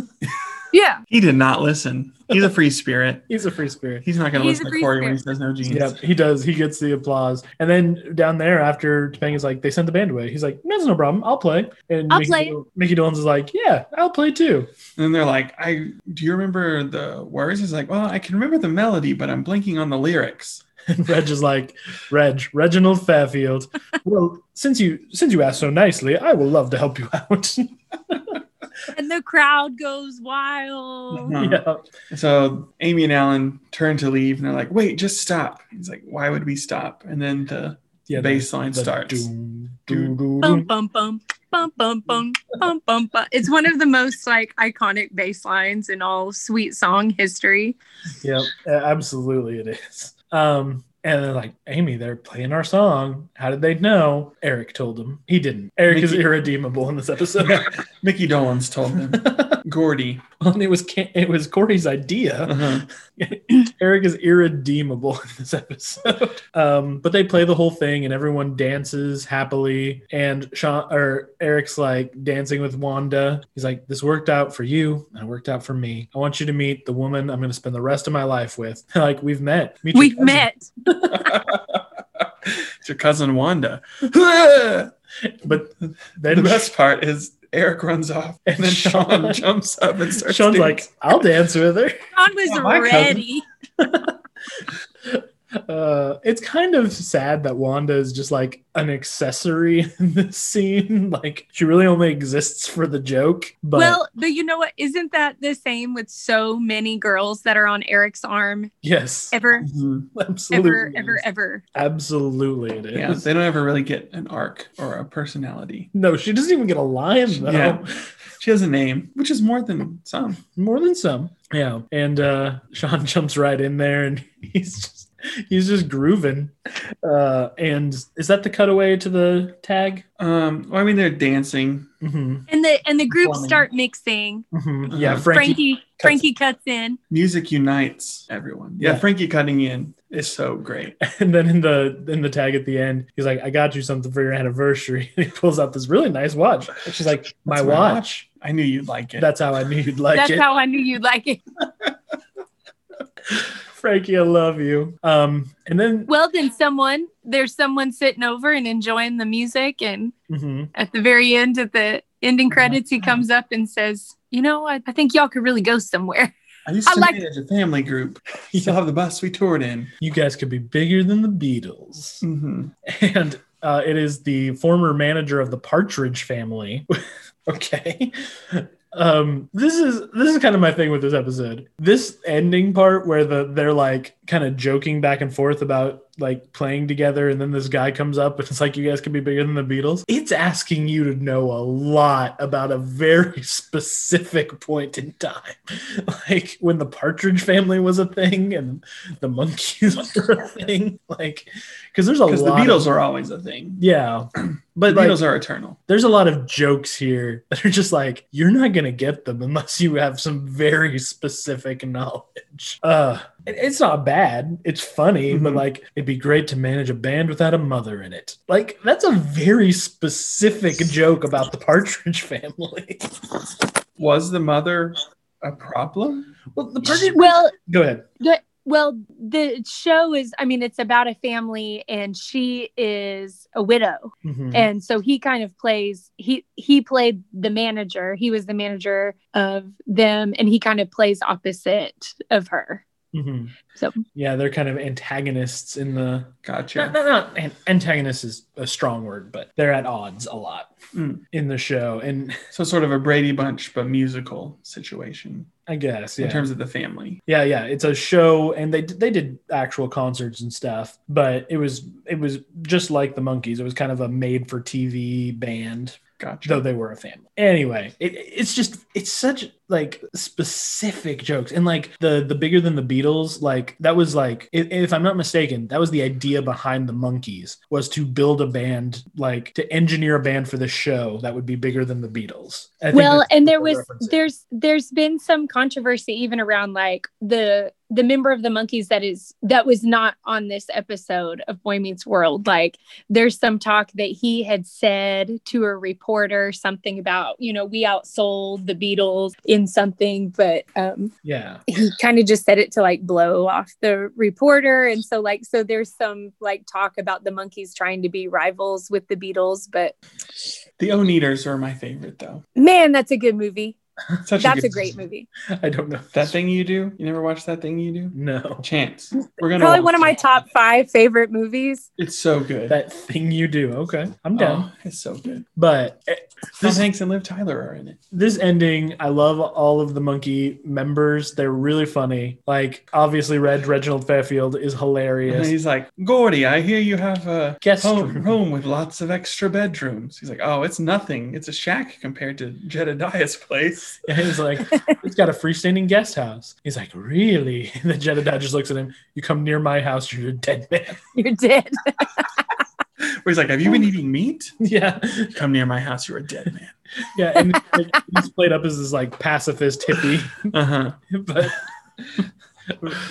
B: Yeah,
C: He did not listen. He's a free spirit.
A: he's a free spirit.
C: He's not going to
B: He's
C: listen
B: a
C: to
B: free
C: Corey when he says no jeans.
A: Yep, he does. He gets the applause. And then down there, after Topanga's like, they sent the band away. He's like, that's no problem. I'll play. And
B: I'll
A: Mickey,
B: play.
A: Mickey Dolenz is like, yeah, I'll play too.
C: And then they're like, "I do you remember the words?" He's like, "Well, I can remember the melody, but I'm blanking on the lyrics."
A: And Reg is like, Reg, Reginald Fairfield. well, since you since you asked so nicely, I will love to help you out.
B: and the crowd goes wild.
C: Uh-huh.
A: yeah.
C: So Amy and Alan turn to leave, and they're like, "Wait, just stop." He's like, "Why would we stop?" And then the
A: Yeah.
C: bass line starts.
A: doom, doom, doom,
B: Bum
A: doom.
B: bum bum bum bum bum bum bum bum. It's one of the most like iconic bass lines in all sweet song history.
A: Yep, a- absolutely it is. Um, and they're like, Amy, they're playing our song. How did they know? Eric told them. He didn't. Eric is
C: Mickey-
A: irredeemable in this episode.
C: Mickey Dolenz told them. Gordy.
A: Well, and it was Ca- it was Corey's idea.
C: Uh-huh.
A: Eric is irredeemable in this episode. Um, but they play the whole thing, and everyone dances happily. And Sean or Eric's like dancing with Wanda. He's like, "This worked out for you, and it worked out for me. I want you to meet the woman I'm going to spend the rest of my life with. like we've met. Meet your
B: We've
A: cousin.
B: met.
C: It's your cousin Wanda. the
A: But then
C: best part is Eric runs off, and then Sean
A: Sean-
C: jumps up and starts.
A: Sean's
C: dancing.
A: like, "I'll dance with her."
B: John was
C: Yeah, my cousin.
B: ready.
A: Uh, it's kind of sad that Wanda is just like an accessory in this scene. Like she really only exists for the joke. But
B: well, but you know what? Isn't that the same with so many girls that are on Eric's arm
A: yes,
B: ever,
A: "Mm-hmm."
C: Mhm.
A: absolutely,
B: ever, ever, ever?
A: absolutely, it is.
C: Yeah, they don't ever really get an arc or a personality.
A: No, she doesn't even get a line though.
C: Yeah. She has a name, which is more than some.
A: More than some. Yeah, and uh, Sean jumps right in there, and he's just he's just grooving. Uh, and is that the cutaway to the tag?
C: Um, well, I mean, they're dancing.
A: hmm
B: And the and the groups
C: Performing.
B: start mixing.
A: hmm Yeah,
C: Uh-huh.
A: Frankie
B: Frankie Frankie cuts in.
C: Music unites everyone. Yeah,
A: Yeah.
C: Frankie cutting in is so great.
A: And then in the in the tag at the end, he's like, "I got you something for your anniversary." And he pulls out this really nice watch. And she's like, "My
C: That's
A: watch."
C: I knew you'd like it.
A: That's how I knew you'd like
B: That's
A: it,
B: how I knew you'd like it.
A: Frankie. I love you. Um, and then
B: Well, then someone there's someone sitting over and enjoying the music and
A: Mhm.
B: at the very end at the ending credits he comes up and says you know i, I think y'all could really go somewhere
C: I used
B: I
C: to
B: like-
C: manage a family group. Still have the bus we toured in.
A: you guys could be bigger than the Beatles.
C: hmm
A: And uh, it is the former manager of the Partridge Family. okay. Um, this is this is kind of my thing with this episode. This ending part where the they're like kind of joking back and forth about like playing together and then this guy comes up and it's like you guys can be bigger than the Beatles. It's asking you to know a lot about a very specific point in time. Like when the Partridge family was a thing and the monkeys were a thing. Like because there's a lot
C: because the
A: of-
C: Beatles are always a thing.
A: yeah.
C: The
A: But like,
C: Beatles are eternal.
A: there's a lot of jokes here that are just like you're not gonna get them unless you have some very specific knowledge uh it- it's not bad it's funny but
C: Mhm.
A: like it'd be great to manage a band without a mother in it like that's a very specific joke about the partridge family
C: Was the mother a problem?
A: well the partridge
B: Well,
A: go ahead
B: well, the show is, I mean, it's about a family and she is a widow.
A: Mhm.
B: And so he kind of plays, he, he played the manager. He was the manager of them and he kind of plays opposite of her.
A: Mhm.
B: So-
A: yeah they're kind of antagonists in the not,
C: Gotcha.
A: not, not an- antagonist is a strong word but they're at odds a lot
C: Mm.
A: in the show and
C: So sort of a Brady Bunch but musical situation
A: i guess
C: in
A: yeah
C: terms of the family.
A: Yeah, yeah, it's a show, and they they did actual concerts and stuff, but it was it was just like the monkeys. It was kind of a made for TV band,
C: Gotcha.
A: though they were a family. Anyway, it, it's just it's such like specific jokes, and like the the bigger than the Beatles, like that was like i- if I'm not mistaken, that was the idea behind the monkeys was to build a band like to engineer a band for the show that would be bigger than the Beatles. I think
B: well
A: that's
B: and
A: what they're
B: there was
A: referencing.
B: there's there's been some controversy even around like the the member of the monkeys that is that was not on this episode of boy meets world like there's some talk that he had said to a reporter something about you know we outsold the beatles in something but um
A: yeah.
B: he kind of just said it to like blow off the reporter and so like so there's some like talk about the monkeys trying to be rivals with the beatles but
C: The Oneaters are my favorite though.
B: man that's a good movie
C: Such
B: that's
C: good
B: a great movie
A: I don't know
C: That thing you do? You never watched that thing you do?
A: No.
C: Chance. We're gonna
B: Probably
C: watch
B: one of my
C: it.
B: top five favorite movies.
C: It's so good.
A: that thing you do. Okay, I'm down.
C: oh, it's so good.
A: But eh,
C: Tom
A: this
C: Hanks and Liv Tyler are in it.
A: this ending, I love all of the monkey members. They're really funny. Like obviously, Red Reginald Fairfield is
C: And
A: hilarious.
C: he's like, Gordy, I hear you have a
A: Guest
C: home,
A: room."
C: room with lots of extra bedrooms. He's like, Oh, it's nothing. It's a shack compared to Jedediah's place.
A: And he's like, it's got a freestanding guest house. He's like, really? And then Jedediah just looks at him. You come near my house, you're a dead man.
B: You're dead.
C: Where he's like, Have you been eating meat?
A: yeah,
C: Come near my house, you're a dead man.
A: yeah. And like, he's played up as this like pacifist hippie,
C: Uh-huh.
A: but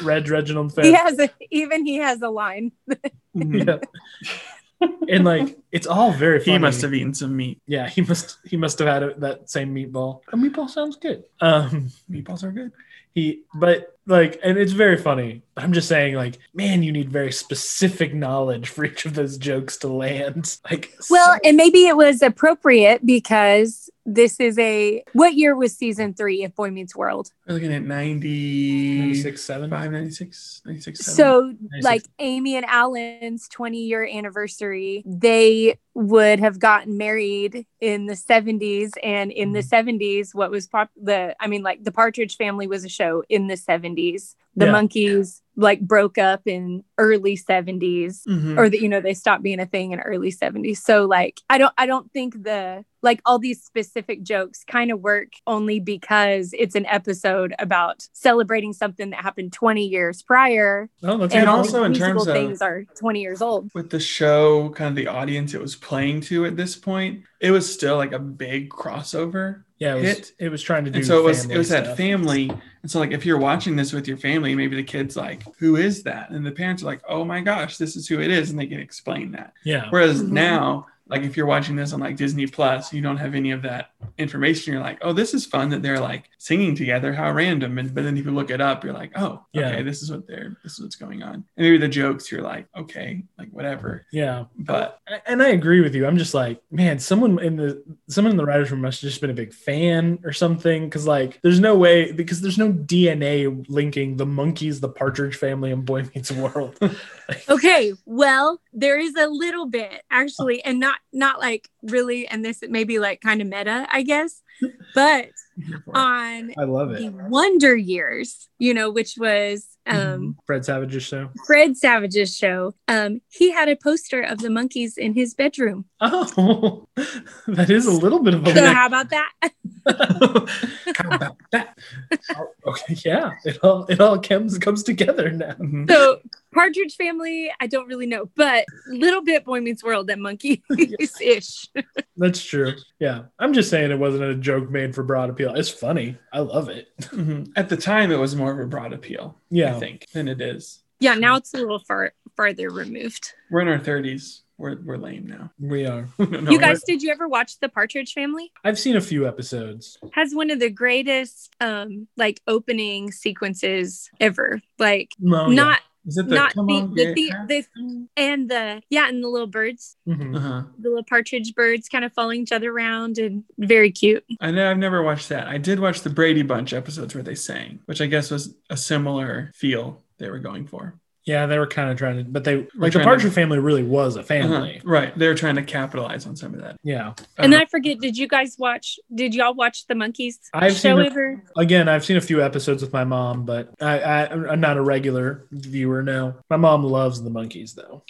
A: Red Reginald Fairfield.
B: He has a, even he has a line.
C: Mhm.
A: yeah. and like it's all very funny.
C: He must have eaten some meat.
A: yeah he must he must have had a, that same meatball a meatball sounds good um
C: Meatballs are good.
A: he but like and it's very funny but i'm just saying like man you need very specific knowledge for each of those jokes to land like
B: Well,
A: so-
B: and maybe it was appropriate because this is a what year was season three of Boy Meets World?
C: We're looking at 95,
A: 96 7
C: 96, 96,
B: So,
A: 96.
B: like Amy and Alan's 20 year anniversary, they would have gotten married in the 70s. And in the 70s, what was pop the I mean, like the Partridge Family was a show in the 70s. The
A: Yeah.
B: monkeys like broke up in early 70s.
C: Mhm.
B: or that you know they stopped being a thing in early 70s so like i don't i don't think the like all these specific jokes kind of work only because it's an episode about celebrating something that happened 20 years prior
A: oh that's
C: And
A: good.
B: all
C: also-
B: these
C: in
B: musical
C: terms of-
B: things are 20 years old
C: with the show, kind of the audience it was playing to at this point, it was still like a big crossover.
A: yeah it was,
C: hit.
A: it was trying to do
C: And so it was
A: family
C: it was that
A: stuff.
C: family. And so like if you're watching this with your family, maybe the kids like, who is that? And the parents are like, oh my gosh, this is who it is, and they can explain that.
A: yeah
C: Whereas
B: Mhm.
C: now, like if you're watching this on like Disney Plus, you don't have any of that information. You're like, oh, this is fun that they're like singing together. How random! And but then if you look it up, you're like, oh,
A: Yeah.
C: okay, this is what they're this is what's going on. And maybe the jokes, you're like, okay, like whatever.
A: yeah
C: But
A: A- and I agree with you. I'm just like, man, someone in the someone in the writers room must have just been a big fan or something, because like, there's no way because there's no DNA linking the monkeys, the Partridge Family, and Boy Meets World.
B: okay well there is a little bit actually and not not like really and this may be like kind of meta i guess but
C: Here
A: Uh,
C: for it.
B: on
A: I love
B: the
A: it.
B: Wonder Years, you know, which was um,
A: Fred Savage's show.
B: Fred Savage's show. Um, he had a poster of the monkeys in his bedroom.
A: Oh, that is a little bit of
B: So
A: a.
B: how about that?
A: How about that? Oh, okay, yeah, it all it all comes comes together now.
C: Mhm.
B: So Partridge Family, I don't really know, but little bit Boy Meets World and Monkeys ish.
A: That's true. Yeah, I'm just saying it wasn't a joke made for broad appeal. It's funny. I love it.
C: Mhm. At the time, it was more of a broad appeal, I
A: Yeah,
C: think, than it is.
B: Yeah, now it's a little far farther removed.
C: We're in our 30s. We're, we're lame now.
A: we are.
C: No,
B: you guys, did you ever watch The Partridge Family?
A: I've seen a few episodes.
B: Has one of the greatest um like opening sequences ever. Like
A: No, Oh, yeah.
B: not
C: is it the
B: not
C: come
B: the,
C: on,
B: the,
C: get
B: the,
C: it?
B: the and the yeah and the little birds
A: Mhm.
C: uh-huh.
B: the little partridge birds kind of following each other around and very cute
C: I know I've never watched that. I did watch the Brady Bunch episodes where they sang, which I guess was a similar feel they were going for.
A: Yeah, they were kind of trying to, but they like the
C: trying to-
A: Partridge family really was a family.
C: Uh-huh. Right. They were trying to capitalize on some of that.
A: Yeah.
B: and
C: Uh,
B: i forget did you guys watch did y'all watch the monkeys
A: I've
B: show
A: seen a-
B: ever
A: Again, I've seen a few episodes with my mom, but I, I I'm not a regular viewer. No, my mom loves the monkeys though.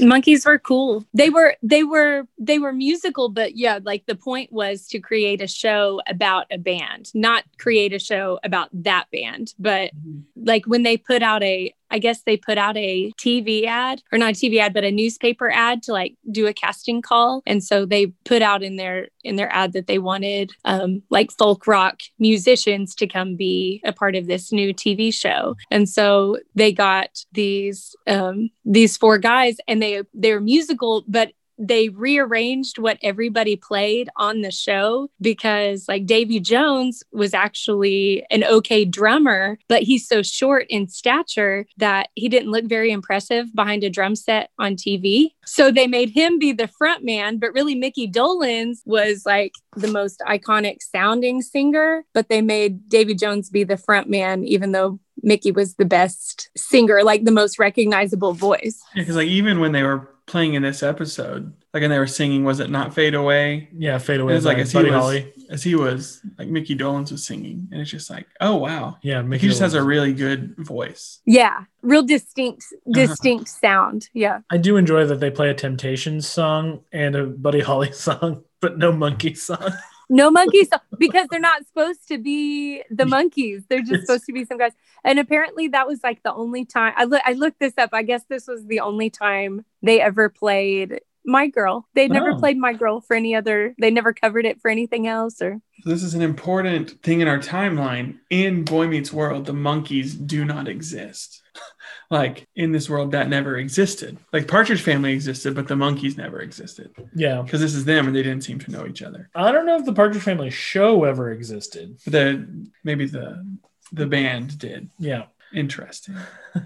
B: monkeys were cool they were they were they were musical but yeah like the point was to create a show about a band not create a show about that band but like when they put out a I guess they put out a TV ad or not a TV ad but a newspaper ad to like do a casting call and so they put out in their in their ad that they wanted um like folk rock musicians to come be a part of this new TV show and so they got these um these four guys and they they're musical but they rearranged what everybody played on the show because like Davy Jones was actually an okay drummer, but he's so short in stature that he didn't look very impressive behind a drum set on TV. So they made him be the front man, but really Mickey Dolenz was like the most iconic sounding singer, but they made Davy Jones be the front man even though Mickey was the best singer, like the most recognizable voice.
C: because like even when they were playing in this episode, like and they were singing, was it not fade away?
A: Yeah, fade
C: It
A: away.
C: was like
A: by
C: as he
A: Buddy
C: was
A: Holly.
C: as he was like Mickey Dolenz was singing, and it's just like, oh wow,
A: Yeah,
C: like,
A: Mickey
C: he just has a
A: Dolenz.
C: really good voice.
B: Yeah, real distinct,
A: Uh-huh.
B: distinct sound. Yeah,
A: I do enjoy that they play a Temptations song and a Buddy Holly song, but no monkey song.
B: no monkeys because they're not supposed to be the monkeys. They're just supposed to be some guys. And apparently, that was like the only time I look. I looked this up. I guess this was the only time they ever played my girl. They never
A: Oh.
B: played my girl for any other. They never covered it for anything else. Or
C: So this is an important thing in our timeline. In Boy Meets World, the monkeys do not exist. like in this world, that never existed. Like Partridge Family existed, but the monkeys never existed
A: yeah.
C: because this is them, and they didn't seem to know each other.
A: I don't know if the Partridge Family show ever existed.
C: The maybe the the band did.
A: Yeah,
C: Interesting.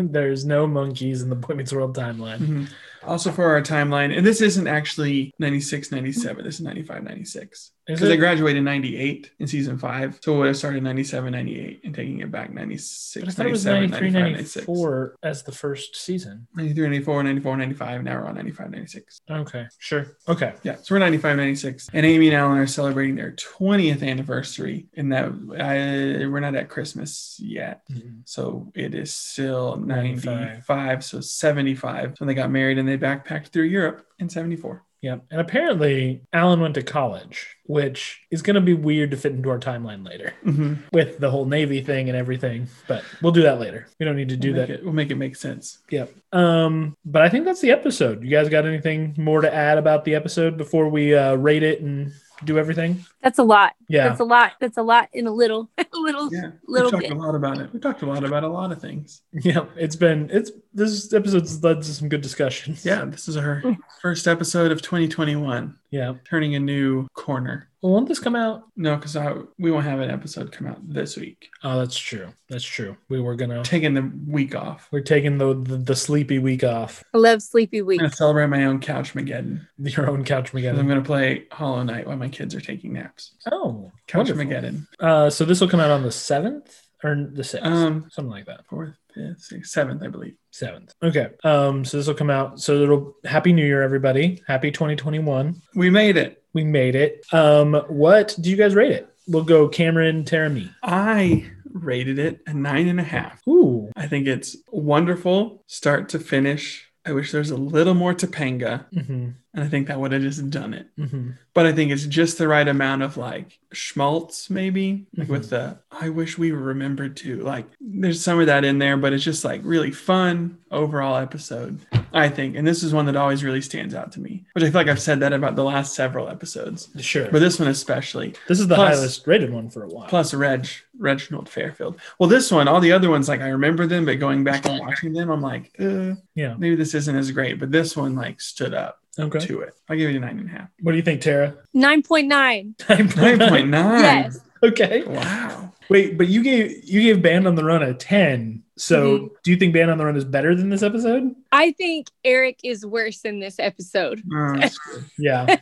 A: there's no monkeys in the Boy Meets World timeline.
C: Mhm. Also for our timeline, and this isn't actually 96, 97. This is 95, 96.
A: Is
C: Because I
A: it?
C: graduated in 98 in season five. So it would have started 97, 98 and taking it back 96,
A: But I thought it was 93,
C: 97, 95, 96.
A: 94 as the first season.
C: 93, 94, 94, 95. Now we're on 95, 96.
A: Okay, sure. Okay.
C: Yeah. So we're 95, 96. And Amy and Alan are celebrating their 20th anniversary. And that I, we're not at Christmas yet. So it is still 95.
A: 95.
C: So 75. So when they got married and they backpacked through Europe in 74.
A: Yeah. And apparently, Alan went to college, which is going to be weird to fit into our timeline later
C: Mm-hmm.
A: with the whole Navy thing and everything. But we'll do that later. We don't need to do
C: we'll
A: that.
C: Make it, we'll make it make sense.
A: Yep. Um, but I think that's the episode. You guys got anything more to add about the episode before we uh, rate it and do everything?
B: that's a lot.
A: Yeah.
B: That's a lot. That's a lot in a little, a little,
C: Yeah. we
B: Oh, little
C: talked
B: bit.
C: a lot about it. We talked a lot about a lot of things.
A: Yeah. It's been, it's, this episode's led to some good discussions.
C: Yeah. This is our
B: Mm.
C: first episode of 2021,
A: Yeah.
C: turning a new corner.
A: Well, won't this come out?
C: No, because we won't have an episode come out this week.
A: Oh, that's true. That's true. We were going to,
C: Taking the week off.
A: we're taking the, the, the sleepy week off.
B: I love Sleepy Week.
C: I'm gonna celebrate my own couch Mageddon.
A: Your own couch,
C: And I'm
A: Mageddon.
C: gonna play Hollow Knight while my kids are taking naps.
A: Oh,
C: Couch
A: wonderful.
C: Mageddon.
A: Uh, so this will come out on the 7th or the 6th,
C: Um,
A: something like that.
C: Fourth, fifth, sixth, seventh, I believe.
A: 7th. Okay. Um, so this will come out. So it'll, happy new year, everybody. Happy 2021.
C: We made it.
A: We made it. Um, what do you guys rate it? We'll go Cameron Terami.
C: I rated it a nine and a half.
A: Ooh.
C: I think it's wonderful, start to finish. I wish there's a little more Topanga,
A: hmm
C: and I think that would have just done it.
A: hmm
C: But I think it's just the right amount of like schmaltz, maybe like with
A: Mm-hmm.
C: the I wish we remembered to. Like there's some of that in there, but it's just like really fun overall episode, I think. And this is one that always really stands out to me, which I feel like I've said that about the last several episodes,
A: Sure.
C: but this one especially.
A: this is the
C: plus-
A: highest rated one for a while.
C: Plus Reg, Reginald Fairfield. Well, this one, all the other ones, like I remember them, but going back and watching them, I'm like, uh,
A: Yeah.
C: maybe this isn't as great. But this one like stood up
A: okay.
C: to it. I'll give it a nine and a half.
A: What do you think, Tara?
B: 9.9.
C: Nine point nine.
B: Yes.
A: Okay.
C: Wow.
A: Wait, but you gave you gave Band on the Run a ten. So
B: Mhm.
A: do you think Band on the Run is better than this episode?
B: I think Eric is worse in this episode.
C: Uh, that's good.
A: Yeah.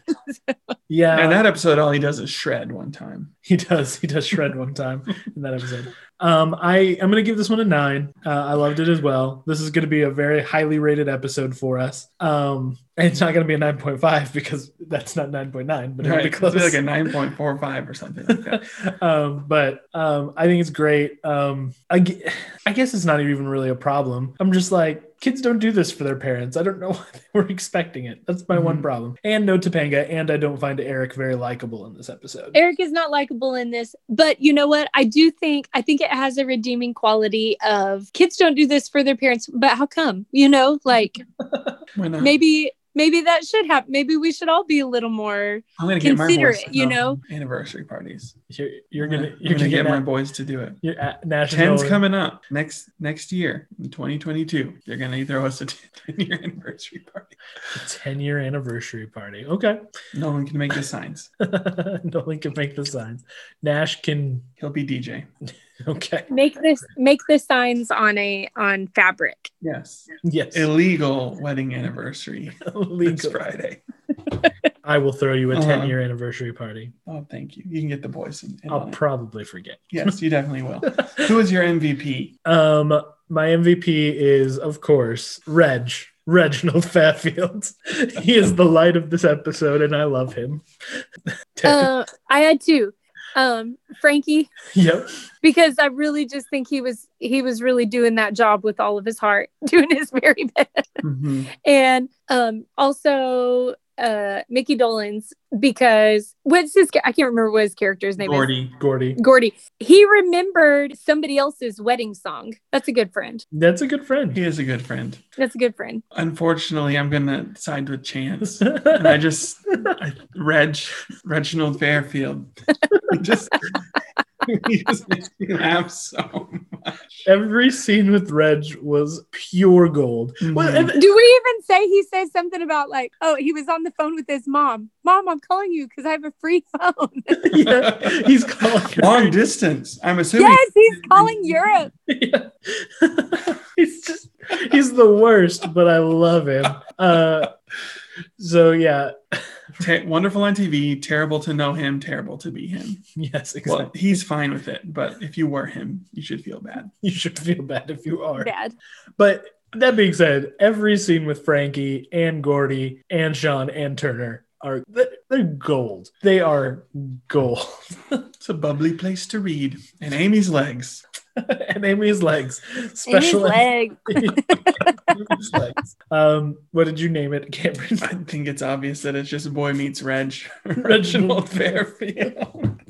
A: yeah.
B: Uh,
C: and that episode, all he does is shred one time.
A: He does. He does shred one time in that episode. Um, I I'm gonna give this one a nine. Uh, I loved it as well. This is gonna be a very highly rated episode for us. Um, and it's not gonna be a nine point five because that's not nine point nine, but it'll
C: Right.
A: be close.
C: It's like a nine point four five or something like that.
A: um, but um, I think it's great. Um, I, gue- I guess it's not even really a problem. I'm just like, kids don't do this for their parents. I don't know why they were expecting it. That's my one
C: Mhm.
A: problem. And no Topanga. And I don't find Eric very likable in this episode.
B: Eric is not likable in this, but you know what? I do think I think it has a redeeming quality of kids don't do this for their parents, but how come? You know, like
C: Why not?
B: maybe maybe that should happen. Maybe we should all be a little more
C: I'm gonna get my
B: consider
C: boys
B: it,
C: to
B: you
C: go
B: know?
C: on anniversary parties.
A: You're, you're
C: I'm
A: gonna
C: I'm
A: you're gonna
C: get
A: get
C: my
A: na-
C: boys to do it.
A: you're at national.
C: Ten's coming up next next year in 2022. They're gonna throw us a 10 year anniversary party.
A: ten year anniversary party. Okay,
C: No one can make the signs.
A: Nolan can make the signs. Nash can.
C: He'll be DJ.
A: Okay.
B: make this make the signs on a on fabric.
C: Yes.
A: Yes.
C: Illegal wedding anniversary this
A: Legal.
C: Friday.
A: I will throw you a
C: Uh-huh.
A: ten year anniversary party.
C: Oh, thank you. You can get the boys. In, in
A: I'll
C: line.
A: probably forget.
C: yes, you definitely will. Who is your MVP?
A: Um, my MVP is, of course, Reg, Reginald Fatfield. he is the light of this episode, and I love him.
B: Uh, I had two. Um, Frankie,
A: yep.
B: because I really just think he was he was really doing that job with all of his heart, doing his very best.
C: Mhm.
B: And um also uh Mickey Dolan's because what's his ca- I can't remember what his character's name
C: Gordy.
A: Gordy.
B: is. Gordy. He remembered somebody else's wedding song. That's a good friend.
A: That's a good
C: He
A: friend.
C: is a good friend.
B: That's a good friend.
C: Unfortunately, I'm gonna side with Chance. And I just I, Reg Reginald Fairfield. He just he just makes me laugh so much.
A: Every scene with Reg was pure gold. Well,
C: Mhm.
A: and-
B: Do we even say he says something about like, oh, he was on the phone with his mom. Mom, I'm calling you because I have a free phone.
A: yeah, he's calling her.
C: Long distance. I'm assuming
B: yes, he's calling Europe.
A: Yeah. he's just he's the worst, but I love him. Uh, so yeah,
C: te- wonderful on TV, terrible to know him, terrible to be him.
A: yes, exactly.
C: Well, he's fine with it, but if you were him, you should feel bad.
A: you should feel bad if you are.
B: Dad.
A: But that being said, every scene with Frankie and Gordy and Sean and Turner are they're they're gold. They are gold.
C: It's a bubbly place to read. And Amy's legs.
A: and Amy's legs,
B: And his
A: special.
B: leg.
A: Amy's legs. Um, what did you name it, Cameron?
C: I think it's obvious that it's just boy meets Reg, Reginald Fairfield.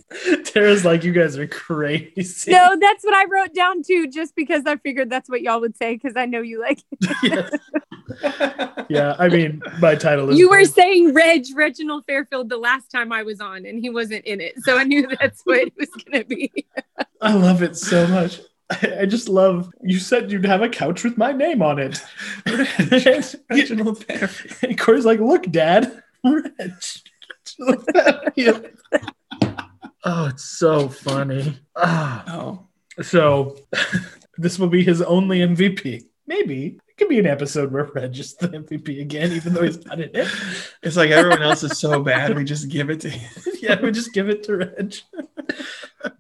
A: Tara's like, you guys are crazy.
B: No, that's what I wrote down too, just because I figured that's what y'all would say because I know you like.
A: Yes. Yeah, I mean, my title is
B: You were saying Reg Reginald Fairfield the last time I was on, and he wasn't in it, so I knew that's what it was gonna be.
A: I love it so much. I I just love you said you'd have a couch with my name on it.
C: Reginald Fairfield.
A: And Corey's like, look, Dad, Reg. oh, it's so funny. Ah.
C: Oh,
A: So this will be his only MVP. Maybe it could be an episode where Reg is the MVP again, even though he's not in it.
C: it's like everyone else is so bad. We just give it to him.
A: yeah, we just give it to Reg.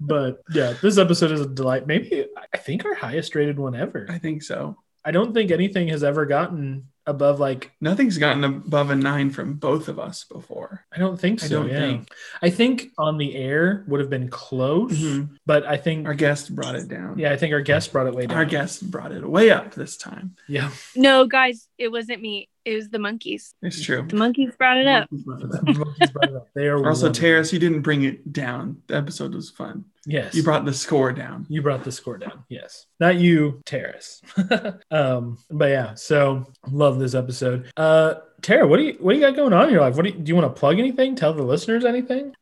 A: but yeah, this episode is a delight. Maybe I think our highest rated one ever.
C: I think so.
A: I don't think anything has ever gotten above like
C: Nothing's gotten above a nine from both of us before.
A: I don't think so.
C: I don't
A: yeah.
C: think.
A: I think on the air would have been close,
C: Mhm.
A: but I think
C: Our guest brought it down.
A: Mm-hmm. yeah, I think our guest brought it way down.
C: Our guest brought it way up this time.
A: yeah.
B: No, guys, it wasn't me. It was the monkeys.
C: It's true.
B: The monkeys brought it up.
A: Monkeys brought it up. They are
C: Also,
A: wonderful.
C: Terrace, you didn't bring it down. The episode was fun.
A: Yes.
C: You brought the score down.
A: You brought the score down. Yes. Not you, Terrace. um, but yeah, so love this episode. Uh Tara, what do you what do you got going on in your life? What do you, do you want to plug anything? Tell the listeners anything?
B: Um,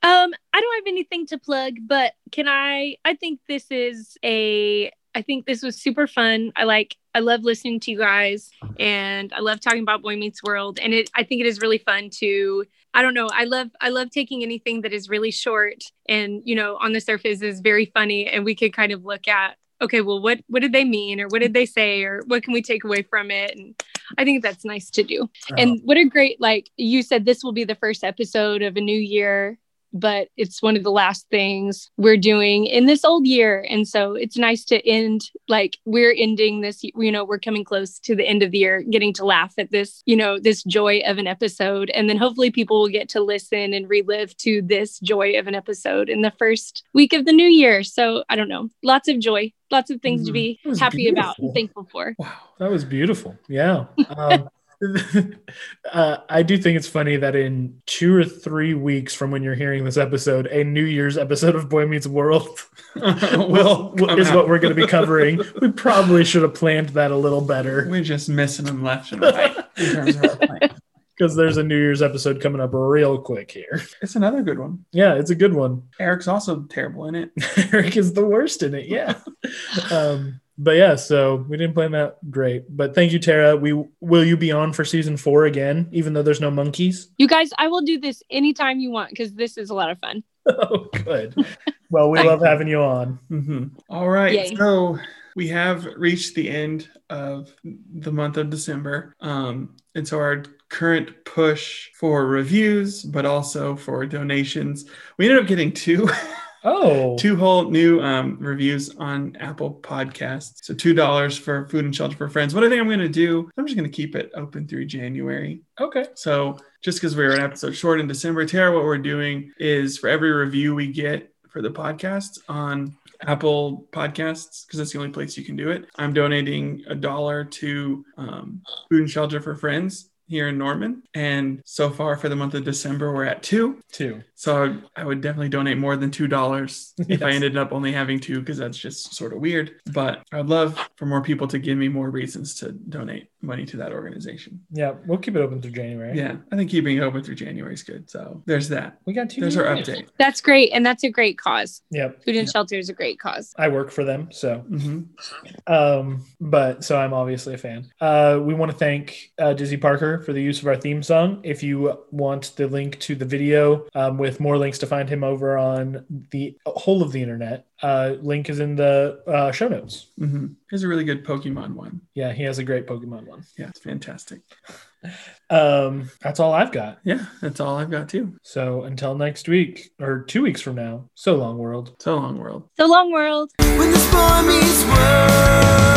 B: I don't have anything to plug, but can I? I think this is a. I think this was super fun. I like. I love listening to you guys, and I love talking about Boy Meets World. And it. I think it is really fun to. I don't know. I love. I love taking anything that is really short and you know on the surface is very funny, and we could kind of look at. Okay, well, what what did they mean, or what did they say, or what can we take away from it? And I think that's nice to do. And what a great, like you said, this will be the first episode of a new year, but it's one of the last things we're doing in this old year. And so it's nice to end, like, we're ending this, you know, we're coming close to the end of the year, getting to laugh at this, you know, this joy of an episode. And then hopefully people will get to listen and relive to this joy of an episode in the first week of the new year. So I don't know, lots of joy, lots of things to
C: Mhm.
B: be
A: That was
B: happy about
A: beautiful.
B: and thankful for.
C: Wow.
A: That was beautiful. Yeah. Um, uh, I do think it's funny that in two or three weeks from when you're hearing this episode, a New Year's episode of Boy Meets World
C: well,
A: will- is what we're going to be covering. we probably should have planned that a little better
C: We're just missing them left and right in terms of our plan.
A: because there's a New Year's episode coming up real quick here.
C: It's another good one.
A: Yeah, it's a good one.
C: Eric's also terrible in it.
A: Eric is the worst in it. Yeah. um, but yeah, so we didn't plan that great. But thank you, Tara. We will you be on for season four again, even though there's no monkeys?
B: You guys, I will do this anytime you want because this is a lot of fun.
A: oh, good. Well, we
B: Thank
A: love having you on.
C: Mhm. All right.
B: Yay.
C: So we have reached the end of the month of December. Um, and so our current push for reviews, but also for donations, we ended up getting two.
A: Oh,
C: two whole new um, reviews on Apple Podcasts. So two dollars for food and shelter for friends. What I think I'm going to do, I'm just going to keep it open through January.
A: okay.
C: So just because we were an episode short in December, Tara, what we're doing is for every review we get for the podcast on Apple Podcasts, because that's the only place you can do it, I'm donating a dollar to um, Food and Shelter for Friends here in Norman. And so far for the month of December, we're at two.
A: Two.
C: So I would definitely donate more than two dollars if I
A: Yes.
C: ended up only having two, because that's just sort of weird. But I'd love for more people to give me more reasons to donate money to that organization.
A: Yeah, we'll keep it open through January.
C: Yeah, I think keeping it open through January is good. So there's that.
A: We got two.
C: There's
A: new
C: our
A: reviews.
C: update.
B: That's great. And that's a great cause.
A: Yep.
B: Food and shelter is a great cause.
A: I work for them, so
C: hmm
A: um, but so I'm obviously a fan. Uh, we want to thank uh, Dizzy Parker for the use of our theme song. If you want the link to the video um, with more links to find him over on the whole of the internet, uh, link is in the uh, show notes.
C: hmm Here's a really good Pokemon one.
A: Yeah, he has a great Pokemon one.
C: Yeah, it's fantastic.
A: Um, that's all I've got.
C: Yeah, that's all I've got too.
A: So until next week or two weeks from now, so long, world.
C: So long, world.
B: So long, world.
D: When this boy meets world,